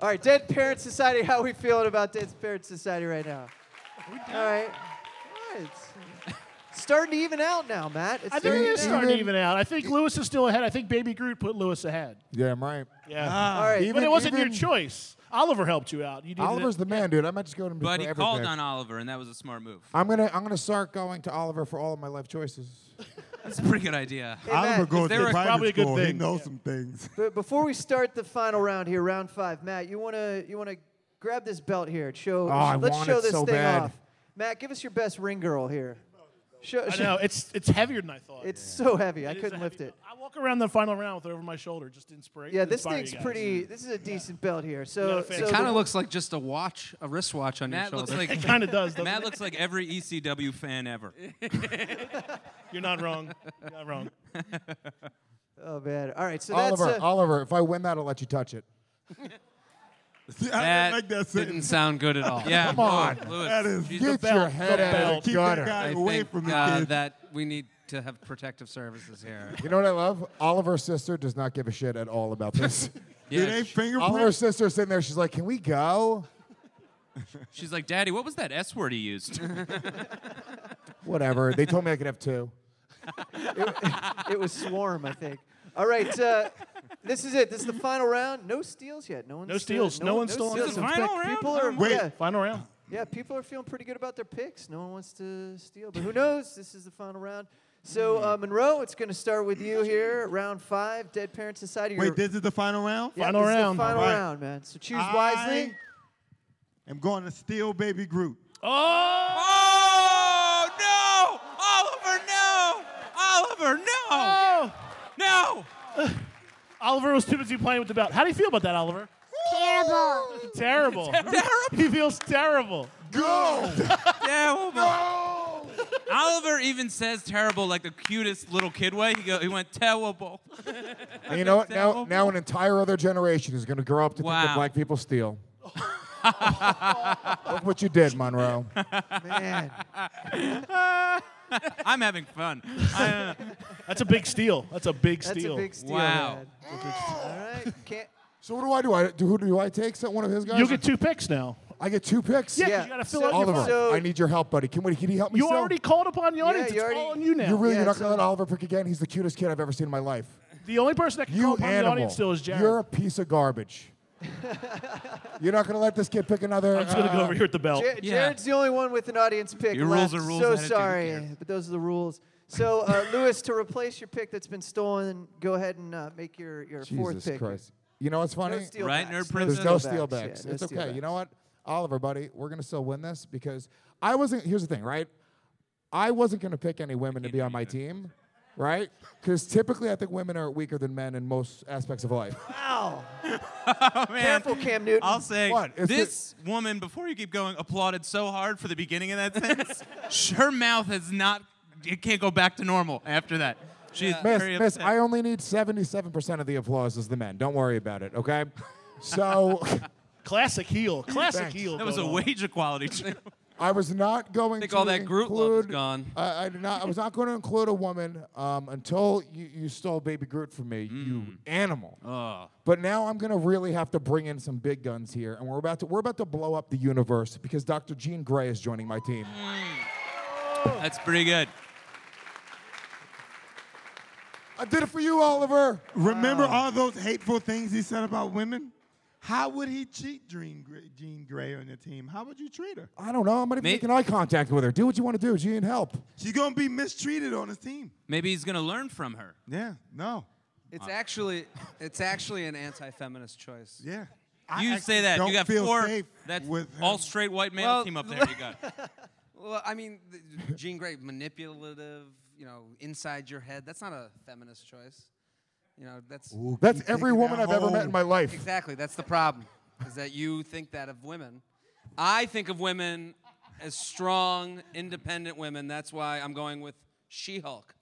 All right, Dead Parent Society, how we feeling about Dead Parent Society right now? All right. All right. Starting to even out now, Matt. It's
I think it
starting
is
to
starting to even out. I think Lewis is still ahead. I think Baby Groot put Lewis ahead.
Yeah, I'm right.
Yeah.
Ah.
All right. but
Even-
it wasn't your
even-
choice. Oliver helped you out. You did
Oliver's
it.
the man, dude. I might just go to him
But
for
he
everything.
called on Oliver, and that was a smart move.
I'm gonna I'm gonna start going to Oliver for all of my life choices.
That's a pretty good idea.
Hey, Oliver Matt. goes
They
to
were-
private Probably a good school.
He knows some things.
But before we start the final round here, round five, Matt, you wanna you wanna grab this belt here. and Show
Oh, I
let's
want
show
it
this
so
thing
bad.
off. Matt, give us your best ring girl here. Show,
I know. It's, it's heavier than I thought.
it's so heavy. I
It is a
couldn't lift
heavy
it.
I walk around the final round with it over my shoulder just to inspira-
Yeah, this
inspire you
thing's
guys.
pretty. This is a decent belt here. So,
fan.
so
it kind
the-
of looks like just a watch, a wristwatch on
Matt
your
looks
shoulder.
like
kinda does, doesn't
Matt
it?
looks like every ECW fan ever.
You're not wrong. You're not wrong.
Oh man! All right, so
Oliver,
that's. uh,
Oliver, if I win that, I'll let you touch it.
That didn't
sound good at all.
Yeah,
Come on.
Lewis,
That is-
she's
get
the
your
belt,
head
the
out of the
belt.
Keep that gutter. guy
I
away
think,
from the
uh,
kids.
that we need to have protective services here.
You know what I love? Oliver's sister does not give a shit at all about this.
Yeah, Did they sh- fingerprint?
Oliver's sister's sitting there. She's like, "Can we go?"
She's like, Daddy, what was that S word he used?
Whatever. They told me I could have two.
it, it was swarm, I think. All right, uh, this is it. This is the final round. No steals yet. No one's
No steals. No one's stolen
steals.
anything.
In fact,
Final round?
People are
Wait.
Yeah,
Final round.
yeah, people are feeling pretty good about their picks. No one wants to steal, but who knows? This is the final round. So uh, Monroe, it's going to start with you here. Round five, Dead Parent Society.
Wait,
You're-
this is the final round?
Yeah, this is the final round, man. So choose wisely.
I'm going to steal Baby Groot.
Oh! no! Oliver, no! Oliver, no! No!
Oh! Oliver was too busy playing with the belt. How do you feel about that, Oliver?
Terrible.
Terrible. He feels terrible.
Go!
Terrible. Oliver even says terrible like the cutest little kid way. He, go, he went terrible.
And you know what? Now, now an entire other generation is going to grow up to think
Wow.
that black people steal. Look what you did, Monroe.
Man.
I'm having fun. I, uh,
That's a big steal. That's a big
That's
steal.
a big steal.
Wow.
man. All right, can't.
So what do I do? I do who do I take? So one of his guys.
You'll get two picks now.
I get two picks.
Yeah, 'cause
Yeah,
you got to fill
so-
out your
Oliver,
phone.
so-
I need your help, buddy. Can, we- can you help me?
You
still?
already called upon the audience.
you
it's
already-
all on you now.
You're really
Yeah,
you're not going to let
so-
Oliver pick again? He's the cutest kid I've ever seen in my life.
the only person that can call
You
upon the
animal.
audience still is Jared.
You're a piece of garbage. you're not going to let this kid pick another.
I'm just gonna go
uh,
over here at the belt.
Ja- Jared's the only one with an audience pick.
Oh, Your rules
left.
are rules,
So
attitude, who
sorry,
cares?
but those are the rules. So, uh, Lewis, to replace your pick that's been stolen, go ahead and uh, make your, your fourth
Jesus
pick.
Christ. You know what's funny?
No steal
Right,
backs.
nerd
There's
princess?
no
No
steal
backs,
backs.
yeah, no
it's
steal
okay. You know
backs.
what, Oliver, buddy, we're gonna still win this because I wasn't. Here's the thing, right? I wasn't gonna pick any women to be on my team, right? Because typically, I think women are weaker than men in most aspects of life.
Wow.
oh, man.
Careful, Cam Newton.
I'll say
What? Is
this woman, before you keep going, applauded so hard for the beginning of that sentence. sh- her mouth has not, it can't go back to normal after that. She's
miss,
very
miss,
upset.
I only need 77% of the applause as the men. Don't worry about it, okay? So
Classic heel. Classic
Thanks.
heel.
that was a
going on.
wage equality. too.
I was not going
think
to
all that Groot love is
include,
gone.
I, I did not. I was not going to include a woman um, until you, you stole Baby Groot from me. You
Mm.
animal.
Ah.
oh.
But now I'm gonna really have to bring in some big guns here, and we're about to we're about to blow up the universe because Dr. Jean Grey is joining my team.
That's pretty good.
I did it for you, Oliver.
Remember all those hateful things he said about women? How would he cheat Jean Grey, Jean Grey on the team? How would you treat her?
I don't know. I'm not even
Me-
making eye contact with her. Do what you want to do. Jean, help.
She's gonna be mistreated on his team.
Maybe he's gonna learn from her.
Yeah, no,
It's actually, it's actually an anti-feminist choice.
yeah.
you say that.
Don't
you got
feel
four.
safe
that's
with
all
him.
straight white male
Well,
team up there. You got.
Well, I mean, the- Jean Grey, manipulative, you know, inside your head. That's not a feminist choice. You know, that's
That's every woman I've ever met
home.
in my life.
exactly that's the problem. Is that you think that of women? I think of women as strong, independent women. That's why I'm going with She-Hulk.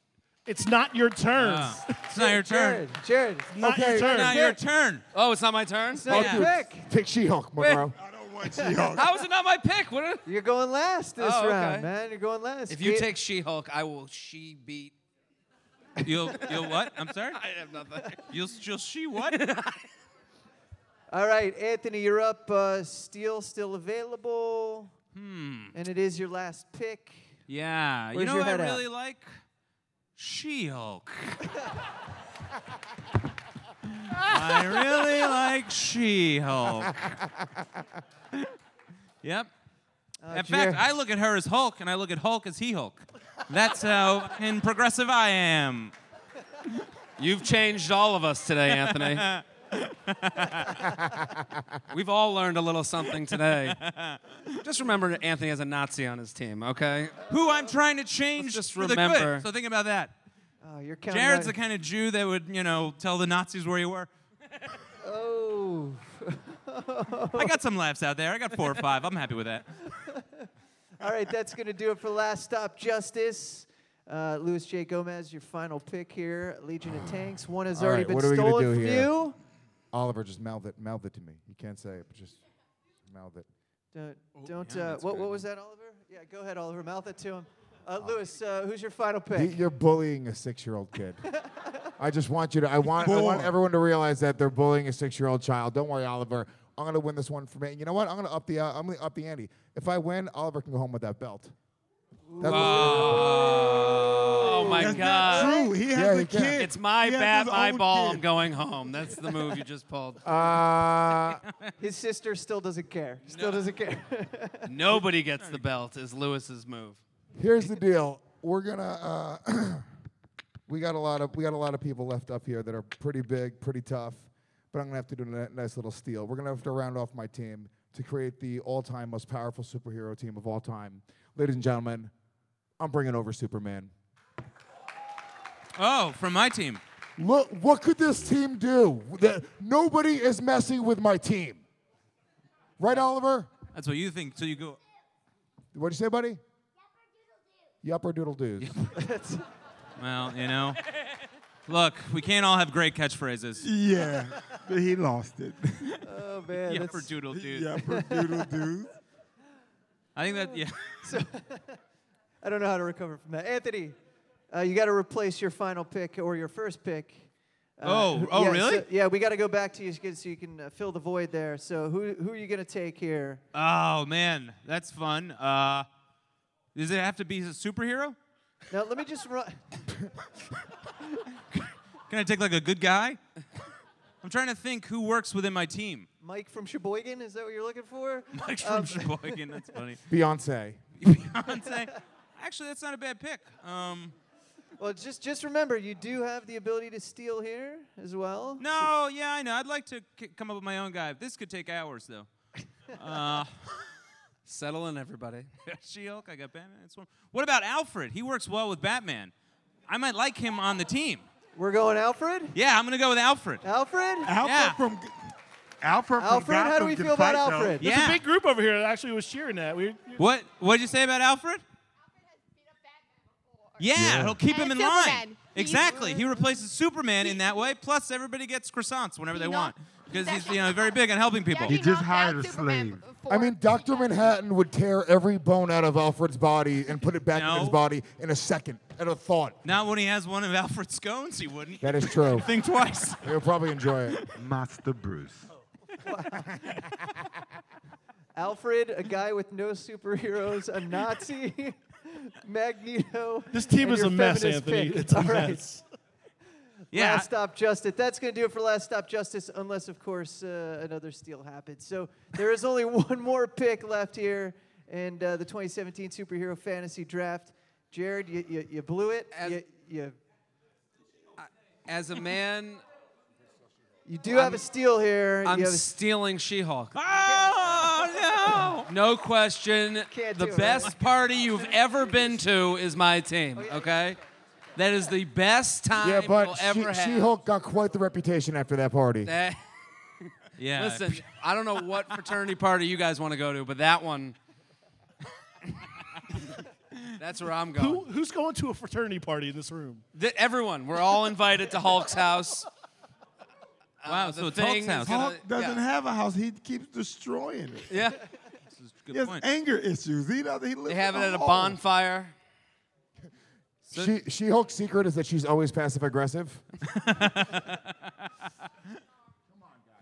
It's not your turn.
Oh, it's not your turn.
Jared, Jared.
Not your
Okay.
turn.
Not your turn.
Oh, it's not my turn.
Not
Yeah.
your pick.
Take She-Hulk, Monroe.
I don't want She-Hulk.
How is it not my pick? What are-
You're going last this
Oh, okay.
round, man. You're going last.
If you
We-
take She-Hulk, I will she beat.
You'll you'll what? I'm sorry.
I have nothing.
You'll you'll she what?
All right, Anthony, you're up. Uh, Steel still available.
Hmm.
And it is your last pick.
Yeah. you
Where's
know
your
what I
head at?
really like? She-Hulk. I really like She-Hulk. yep. In fact,
Jer-
I look at her as Hulk, and I look at Hulk as He-Hulk. That's how in progressive I am.
You've changed all of us today, Anthony. We've all learned a little something today. Just remember that Anthony has a Nazi on his team, okay?
Who I'm trying to change
just
for the
remember.
good. So think about that.
Oh, you're counting
Jared's
right-
the kind of Jew that would, you know, tell the Nazis where you were.
Oh.
I got some laughs out there. I got four or five. I'm happy with that.
All right, that's going to do it for Last Stop Justice. Uh, Luis J. Gomez, your final pick here. Legion of Tanks. One has
All
already
right,
been
what are we gonna
stolen
do
from
here?
you.
Oh,
Oliver, just mouth it, mouth it to me. You can't say it, but just mouth it.
Don't, don't uh, what, what was that, Oliver? Yeah, go ahead, Oliver. Mouth it to him. Uh, Lewis, uh, who's your final
Y-
pick?
You're bullying a six-year-old kid. I just want you to. I want. I want everyone to realize that they're bullying a six-year-old child. Don't worry, Oliver. I'm gonna win this one for me. And you know what? I'm gonna up the. Uh, I'm gonna up the ante. If I win, Oliver can go home with that belt. That's what's
Oh my
That's not
God!
true. He has Yeah, a he can. kid.
It's my
He has
bat,
his
my
own
ball.
kid.
I'm going home. That's the move you just pulled.
gonna happen. Uh,
His sister still doesn't care. Still doesn't care.
Nobody gets the belt. Is Lewis's move?
Here's the deal. We're gonna. Uh, we got a lot of we got a lot of people left up here that are pretty big, pretty tough. But I'm gonna have to do a ni- nice little steal. We're gonna have to round off my team to create the all-time most powerful superhero team of all time, ladies and gentlemen. I'm bringing over Superman.
Oh, from my team.
Look, what could this team do? That nobody is messing with my team. Right, Oliver?
That's what you think. So you go.
What'd you say, buddy? Yupper doodle doos.
Well, you know. Look, we can't all have great catchphrases.
Yeah, but he lost it.
oh, man.
Yupper
that's-
doodle dude.
Yupper doodle dude.
I think that yeah.
I don't know how to recover from that. Anthony, uh, you got to replace your final pick or your first pick.
Oh,
who-
oh,
Uh, yeah,
really?
so- yeah, we got to go back to you so you can- so you can uh, fill the void there. So who who are you gonna take here?
Oh man, that's fun. Uh, does it have to be a superhero?
Now let me just run.
Can I take like a good guy? I'm trying to think who works within my team.
Mike from Sheboygan, is that what you're looking for?
Mike from
Um,
Sheboygan. That's funny.
Beyonce.
Beyonce. Actually, that's not a bad pick. Um,
Well, just just remember, you do have the ability to steal here as well.
no, yeah, I know. I'd like to c- come up with my own guy. This could take hours though. Uh,
Settle in, everybody.
She-Hulk. I got Batman. It's one. What about Alfred? He works well with Batman. I might like him on the team.
We're going Alfred.
Yeah, I'm gonna go with Alfred.
Oh. Alfred.
Alfred from. Alfred from
Alfred, how do
Gotham
we
can
feel about
fight, though.
Alfred?
There's
Yeah.
a big group over here that actually was cheering that. We,
What? What'd you say about Alfred? Yeah, he'll keep him in
And
line.
Superman. He's-
Exactly. He replaces Superman in that way. Plus, everybody gets croissants whenever they want because he's you know very big on helping people.
He just hired a slave.
I mean, Dr. Manhattan would tear every bone out of Alfred's body and put it back in his
No.
body in a second, at a thought.
Not when he has one of Alfred's scones, he wouldn't.
That is true.
Think twice.
He'll probably enjoy it.
Master Bruce.
Alfred, a guy with no superheroes, a Nazi, Magneto.
This team
and
is
your
a mess,
feminist
Anthony.
pick.
It's a
All right.
mess.
Yeah.
Last Stop Justice. That's going to do it for Last Stop Justice, unless, of course, uh, another steal happens. So there is only one more pick left here in uh, the 2017 Superhero Fantasy Draft. Jared, you, you, you blew it. You, you,
As a man,
you do have a steal here. You
I'm
have a
stealing She-Hulk.
Oh
No question.
Can't
the
do it,
best
right?
party you've ever been to is my team. Okay, that is the best time
Yeah,
you'll
but
ever have.
She Hulk got quite the reputation after that party.
That-
no. Yeah.
Listen, I don't know what fraternity party you guys want to go to, but that one. That's where I'm going.
Who, who's going to a fraternity party in this room?
Th- everyone, we're all invited to Hulk's house. uh,
Wow,
the
so it's
thing
Hulk's house.
is gonna-
Hulk
doesn't
yeah.
have a house. He keeps destroying it.
Yeah.
He has anger issues. He does. He lives
They have
in
it at a
Oh.
hole.
bonfire.
She She Hulk's secret is that she's always passive aggressive.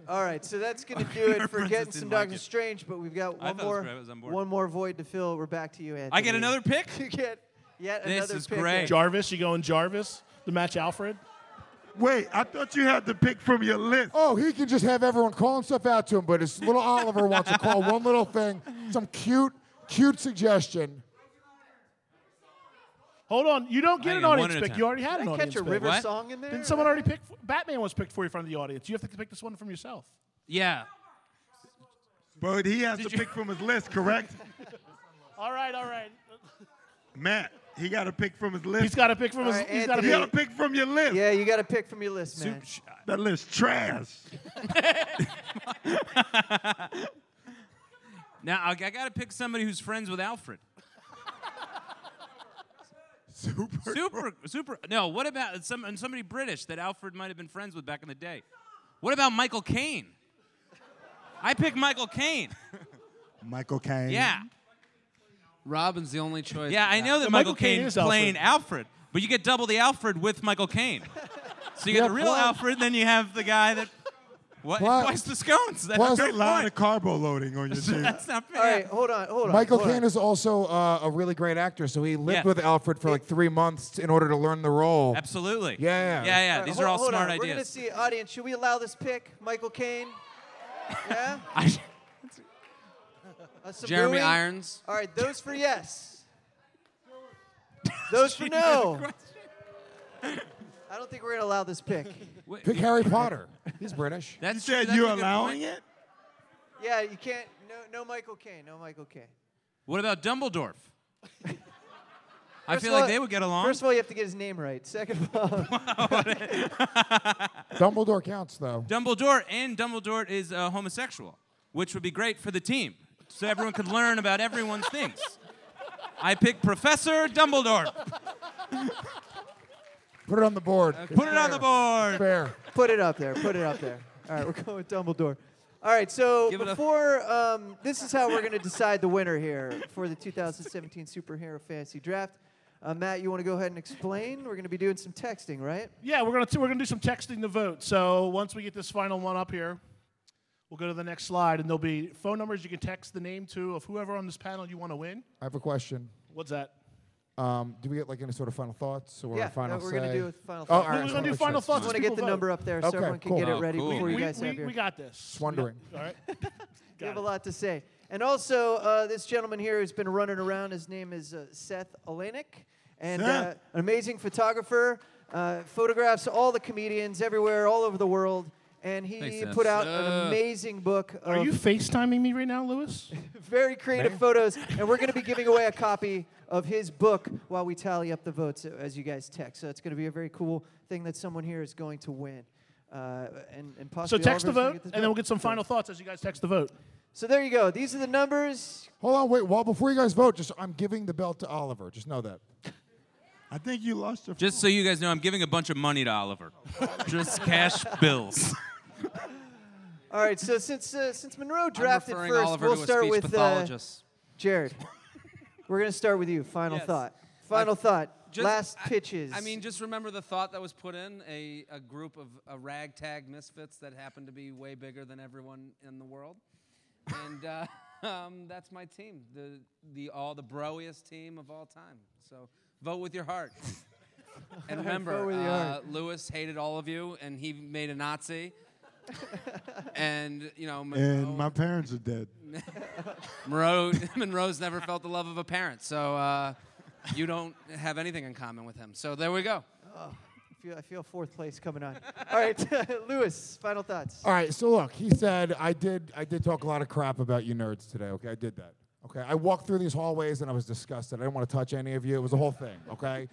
All right, so that's going to do it for
princess
getting some
didn't like
Doctor
it.
Strange, but we've got
I
one
thought it was
more
great. I was on board.
one more void to fill. We're back to you, Anthony.
I get another pick?
You get yet
This
another
is
pick.
great.
Jarvis, you going Jarvis to match Alfred?
Wait, I thought you had to pick from your list.
Oh, he can just have everyone calling stuff out to him, but his little Oliver wants to call one little thing, some cute, cute suggestion.
Hold on, you don't get
Hang
an
on, one
audience
at a
pick.
time.
You already had
Did
an
I
audience
catch a
pick.
river
What?
song in there?
Didn't someone already pick? Batman was picked for you from the audience. You have to pick this one from yourself.
Yeah.
But he has to pick from his list, correct?
All right, all right.
Matt, he got to pick from his list.
He's got to pick from his.
All right,
he's got to
You
pick.
got to pick from your list.
Yeah, you got to pick from your list, man.
That list trash.
Now I, I got to pick somebody who's friends with Alfred.
Super.
Super, super. No, what about some and somebody British that Alfred might have been friends with back in the day? What about Michael Caine? I picked Michael Caine.
Michael Caine.
Yeah,
Robin's the only choice.
yeah. I know that
So
Michael
Michael Caine
Caine
is
playing Alfred, but you get double the Alfred with Michael Caine. So you get the real Alfred, then you have the guy that. What?
Plus-
Twice the scones. That's
plus-
a great
Great line
line.
of carbo loading on your shit.
That's not fair.
All right, hold on, hold on.
Michael
hold on.
Caine is also uh, a really great actor, so he lived
Yeah.
with Alfred for like three months in order to learn the role.
Absolutely.
Yeah, yeah.
Yeah, yeah.
right,
These
hold-
are all
hold
smart
on. We're gonna
ideas.
see audience. Should we allow this pick, Michael Caine? Yeah.
I-
Uh, some
Jeremy
booing?
Irons.
All right, those for yes. Those for no. I don't think we're gonna allow this pick.
Pick Harry Potter. He's British.
That's
You
true.
said
That's
you're
a good
allowing
point.
it?
Yeah, you can't. No, no Michael Caine. No Michael Caine.
What about Dumbledore? I
First of
feel like
all-
they would get along.
First of all, you have to get his name right. Second of all,
Dumbledore counts though.
Dumbledore and Dumbledore is uh, homosexual, which would be great for the team, so everyone could learn about everyone's things. I pick Professor Dumbledore.
Put it on the board.
Put it on the board.
Fair.
put it up there. Put it up there. All right, we're going with Dumbledore. All right, so
Give it a-
before um, this is how we're going to decide the winner here for the 2017 Superhero Fantasy Draft. Uh, Matt, you want to go ahead and explain? We're going to be doing some texting, right?
Yeah, we're gonna t- we're gonna do some texting the vote. So once we get this final one up here, we'll go to the next slide, and there'll be phone numbers you can text the name to of whoever on this panel you want to win.
I have a question.
What's that?
Um, do we get like any sort of final thoughts or
Yeah,
a final
no, we're gonna
say?
do a final
Oh, all
thoughts.
right,
We're
just
gonna
wanna
do
make
final
sure.
thoughts.
I want to
People
get the
vote.
number up there so
Okay,
everyone can
cool.
get it
Oh,
ready
cool.
before you
we,
guys
we-
have your.
we got this. Just
wondering.
All right.
You have
Got
a lot to say. And also, uh, this gentleman here who's been running around, his name is uh, Seth Olenek, and uh,
Seth.
an amazing photographer, uh, photographs all the comedians everywhere, all over the world. And he
Thanks, Seth.
put out
Uh,
an amazing book of
Are you FaceTiming me right now, Lewis?
very creative photos. And we're going to be giving away a copy of his book while we tally up the votes uh, as you guys text. So it's going to be a very cool thing that someone here is going to win. Uh, and, and
So
possibly
text the
Oliver's gonna
vote,
get
and
this
then we'll
book.
get some final thoughts as you guys text the vote.
So there you go. These are the numbers.
Hold on, wait. Well, before you guys vote, just I'm giving the belt to Oliver. Just know that.
I think you lost your.
Just so you guys know, I'm giving a bunch of money to Oliver. Just cash bills.
All right, so since uh, since Monroe drafted
I'm referring
first,
Oliver
we'll
to a
start
speech
with uh,
pathologist.
Jared. We're gonna start with you. Final
Yes.
thought. Final thought.
Just-
Last
I-
pitches.
I mean, just remember the thought that was put in a, a group of a ragtag misfits that happened to be way bigger than everyone in the world. And uh, um, that's my team, the, the all the broiest team of all time. So vote with your heart. and remember,
vote with your
uh,
heart.
Lewis hated all of you, and he made a Nazi. and, you know,
and
Monroe,
my parents are dead.
Monroe, Monroe's never felt the love of a parent. So uh, you don't have anything in common with him. So there we go.
I feel, I feel fourth place coming on. All right, Lewis. Final thoughts.
All right. So look, he said I did. I did talk a lot of crap about you nerds today. Okay, I did that. Okay, I walked through these hallways and I was disgusted. I didn't want to touch any of you. It was a whole thing. Okay.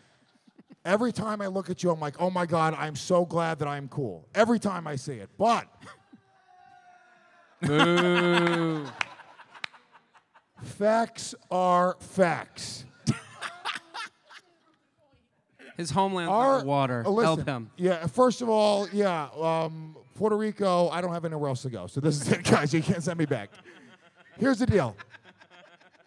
Every time I look at you, I'm like, oh my god, I'm so glad that I'm cool. Every time I see it, but facts are facts.
His homeland's
Our-
underwater.
uh, listen,
Help him.
Yeah, first of all, yeah, um, Puerto Rico, I don't have anywhere else to go. So this is it, guys. You can't send me back. Here's the deal.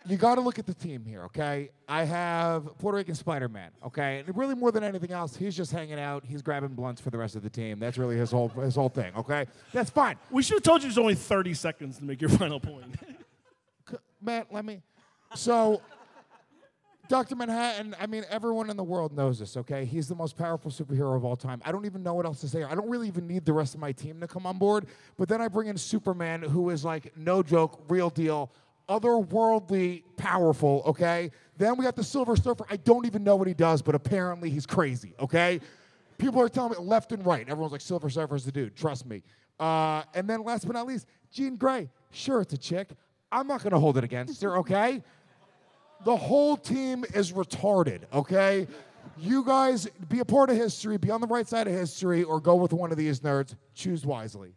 You got to look at the team here, okay? I have Puerto Rican Spider Man, okay, and really more than anything else, he's just hanging out. He's grabbing blunts for the rest of the team. That's really his whole his whole thing, okay? That's fine.
We should have told you there's only 30 seconds to make your final point.
Matt, let me. So, Dr. Manhattan, I mean, everyone in the world knows this, okay? He's the most powerful superhero of all time. I don't even know what else to say. I don't really even need the rest of my team to come on board. But then I bring in Superman, who is like, no joke, real deal, otherworldly powerful, okay? Then we got the Silver Surfer. I don't even know what he does, but apparently he's crazy, okay? People are telling me left and right. Everyone's like, Silver Surfer's the dude. Trust me. Uh, and then last but not least, Jean Grey. Sure, it's a chick. I'm not going to hold it against her, okay? The whole team is retarded, okay? You guys be a part of history, be on the right side of history, or go with one of these nerds. Choose wisely.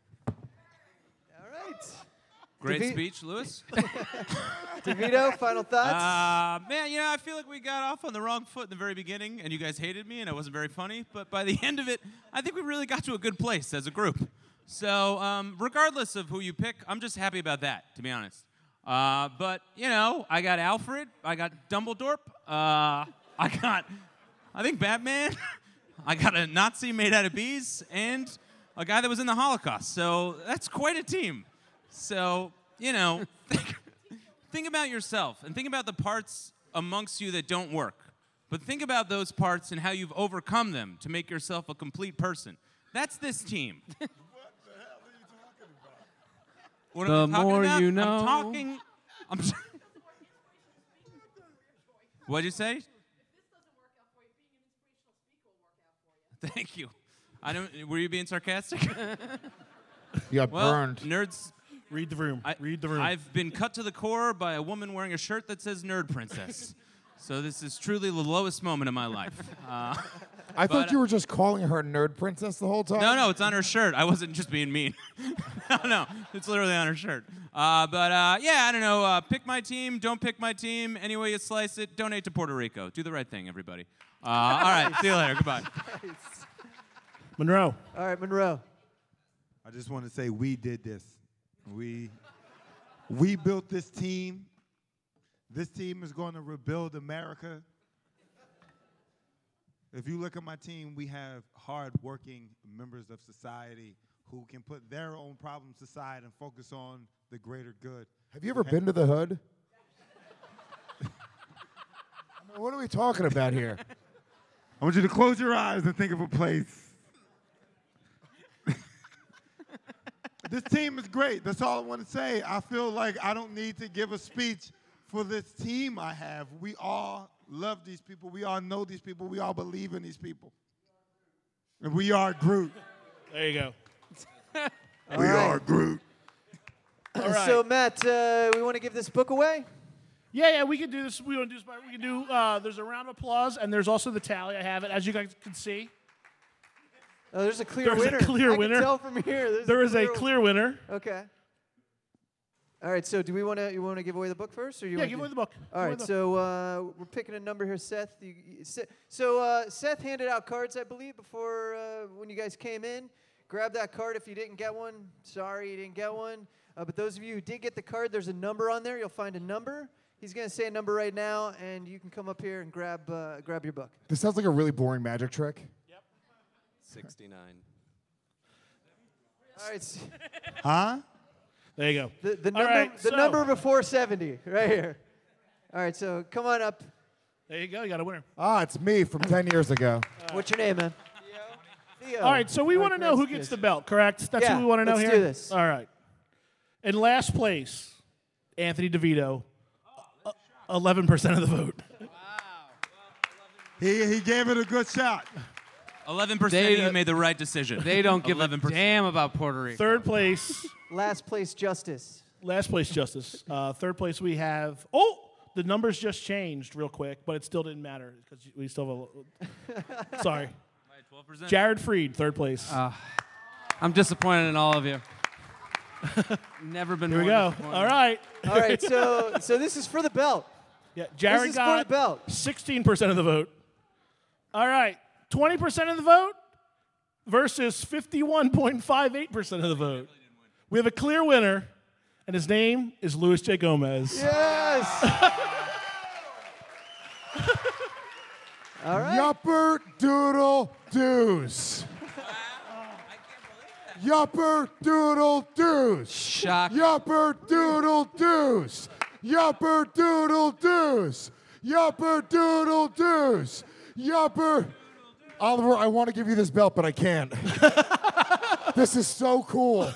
Great
Devi-
speech, Lewis.
DeVito, final thoughts?
Uh, man, you know, I feel like we got off on the wrong foot in the very beginning, and you guys hated me, and I wasn't very funny. But by the end of it, I think we really got to a good place as a group. So, um, regardless of who you pick, I'm just happy about that, to be honest. Uh, but you know, I got Alfred, I got Dumbledore, uh, I got, I think Batman, I got a Nazi made out of bees, and a guy that was in the Holocaust. So that's quite a team. So you know, think about yourself and think about the parts amongst you that don't work. But think about those parts and how you've overcome them to make yourself a complete person. That's this team. what
The
the hell
more
are you talking about? What am I talking about?
you
I'm talking. I'm
know.
t- What'd you say? Thank you. I don't. Were you being sarcastic?
You got
well,
burned.
Nerds.
Read the room. Read the room.
I've been cut to the core by a woman wearing a shirt that says "Nerd Princess." so this is truly the lowest moment of my life. Uh,
I
but-
thought you were just calling her nerd princess the whole time.
No, no, it's on her shirt. I wasn't just being mean. no, no, it's literally on her shirt. Uh, but uh, yeah, I don't know. Uh, pick my team. Don't pick my team. Any way you slice it, donate to Puerto Rico. Do the right thing, everybody. Uh, all right, see you later. Goodbye.
Monroe.
All right, Monroe.
I just want to say we did this. We we built this team. This team is going to rebuild America. If you look at my team, we have hardworking members of society who can put their own problems aside and focus on the greater good.
Have you ever been to the hood? I mean, what are we talking about here?
I want you to close your eyes and think of a place. this team is great. That's all I want to say. I feel like I don't need to give a speech for this team I have. We all love these people. We all know these people. We all believe in these people. And we are Groot.
There you go.
we
right.
are Groot.
So, Matt, uh, we want to give this book away?
Yeah, yeah, we can do this. We want to do this. by- We can do. Uh, there's a round of applause, and there's also the tally. I have it, as you guys can see.
Oh, there's a clear
There's a
winner.
clear
I can
winner.
tell from here. There's
There
a
is a
clear
clear winner.
Okay. All right. So, do we want to you want to give away the book first, or you
Yeah,
wanna
give
do-
away the book. Give
All
away
right.
the-
So uh, we're picking a number here, Seth. You, you- Se- so uh, Seth handed out cards, I believe, before uh, when you guys came in. Grab that card if you didn't get one. Sorry, you didn't get one. Uh, but those of you who did get the card, there's a number on there. You'll find a number. He's gonna say a number right now, and you can come up here and grab uh, grab your book.
This sounds like a really boring magic trick.
69.
All right. s-
Huh?
There you go.
The, the,
All
number,
right,
the
so-
number before 70, right here. All right, so come on up.
There you go. You got a winner.
Oh.
Ah, it's me from 10 years ago.
What's your name, man? Theo.
All right, so we
All
want to know who
congrats,
gets
Theo.
the belt, correct? That's
Yeah,
what we want to know
let's
here.
do this.
All right. In last place, Anthony DeVito, uh, eleven percent of the vote.
He, he gave it a good shot.
11%
They
of you
don't-
made the right decision.
They don't give
11%.
a damn about Puerto Rico.
Third place,
Last place justice.
last place, Justice. Uh, third place, we have. Oh, the numbers just changed real quick, but it still didn't matter because we still have. A, sorry,
12%.
Jared Freed, third place.
I'm disappointed in all of you. Never been
Here we
more
go.
disappointed.
All right.
All right, so so this is for the belt.
yeah, Jared
is for
got
the belt.
sixteen percent of the vote. All right, 20% of the vote versus 51.58% of the vote. We have a clear winner, and his name is Luis J. Gomez.
Yes. All right.
Yupper doodle doos. Yupper doodle doos.
Shock.
Yupper doodle doos. Yupper doodle doos. Yupper doodle doos. Yupper. Oliver, I want to give you this belt, but I can't. this is so cool.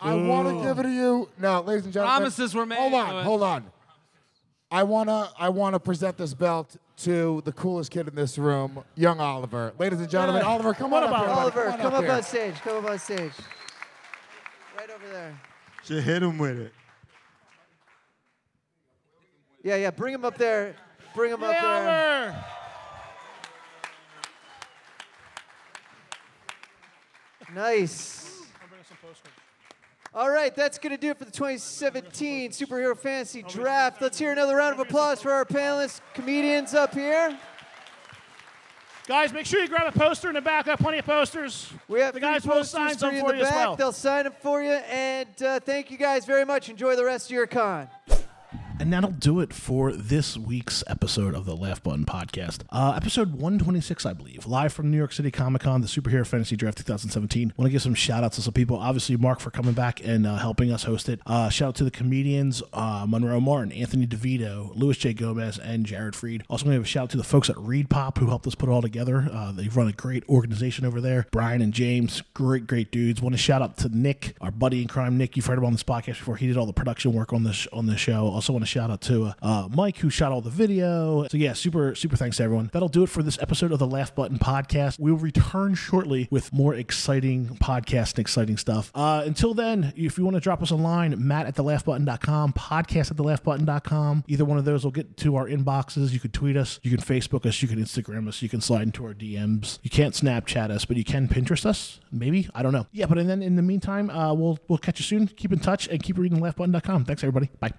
I want to give it to you. Now, ladies and gentlemen.
Promises were made,
Hold on,
Louis.
hold on. I wanna, I wanna present this belt to the coolest kid in this room, young Oliver. Ladies and gentlemen,
Yeah.
Oliver, come on up here. buddy.
Oliver,
on
come up
here.
on stage. Come up on stage. Right over there.
Should hit him with it.
Yeah, yeah. Bring him up there. Bring him up there. Nice. All right, that's going to do it for the 2017 Superhero Fantasy Draft. Let's hear another round of applause for our panelists, comedians up here.
Guys, make sure you grab a poster in the back. I have plenty of posters.
We have
the guys
three
will
posters
sign
for
some
you
for
in
you
the
as
back.
well.
They'll sign them for you, and uh, thank you guys very much. Enjoy the rest of your con.
And that'll do it for this week's episode of the Laugh Button Podcast. Uh, episode 126, I believe, live from New York City Comic Con, the Superhero Fantasy Draft 2017. Want to give some shout outs to some people. Obviously, Mark for coming back and uh, helping us host it. Uh, shout out to the comedians uh, Monroe Martin, Anthony DeVito, Louis J. Gomez, and Jared Fried. Also, going to give a shout out to the folks at Reed Pop who helped us put it all together. Uh, they've run a great organization over there. Brian and James, great, great dudes. Want to shout out to Nick, our buddy in crime, Nick. You've heard him on this podcast before. He did all the production work on this on the show. Also, want to shout out to uh, uh, Mike who shot all the video. So yeah, super, super thanks to everyone. That'll do it for this episode of the Laugh Button Podcast. We will return shortly with more exciting podcast and exciting stuff. Uh, until then, if you want to drop us a line, Matt at the laughbutton.com, podcast at the laughbutton.com. Either one of those will get to our inboxes. You can tweet us, you can Facebook us, you can Instagram us, you can slide into our DMs. You can't Snapchat us, but you can Pinterest us, maybe. I don't know. Yeah, but and then in the meantime, uh, we'll we'll catch you soon. Keep in touch and keep reading laughbutton.com. Thanks everybody. Bye.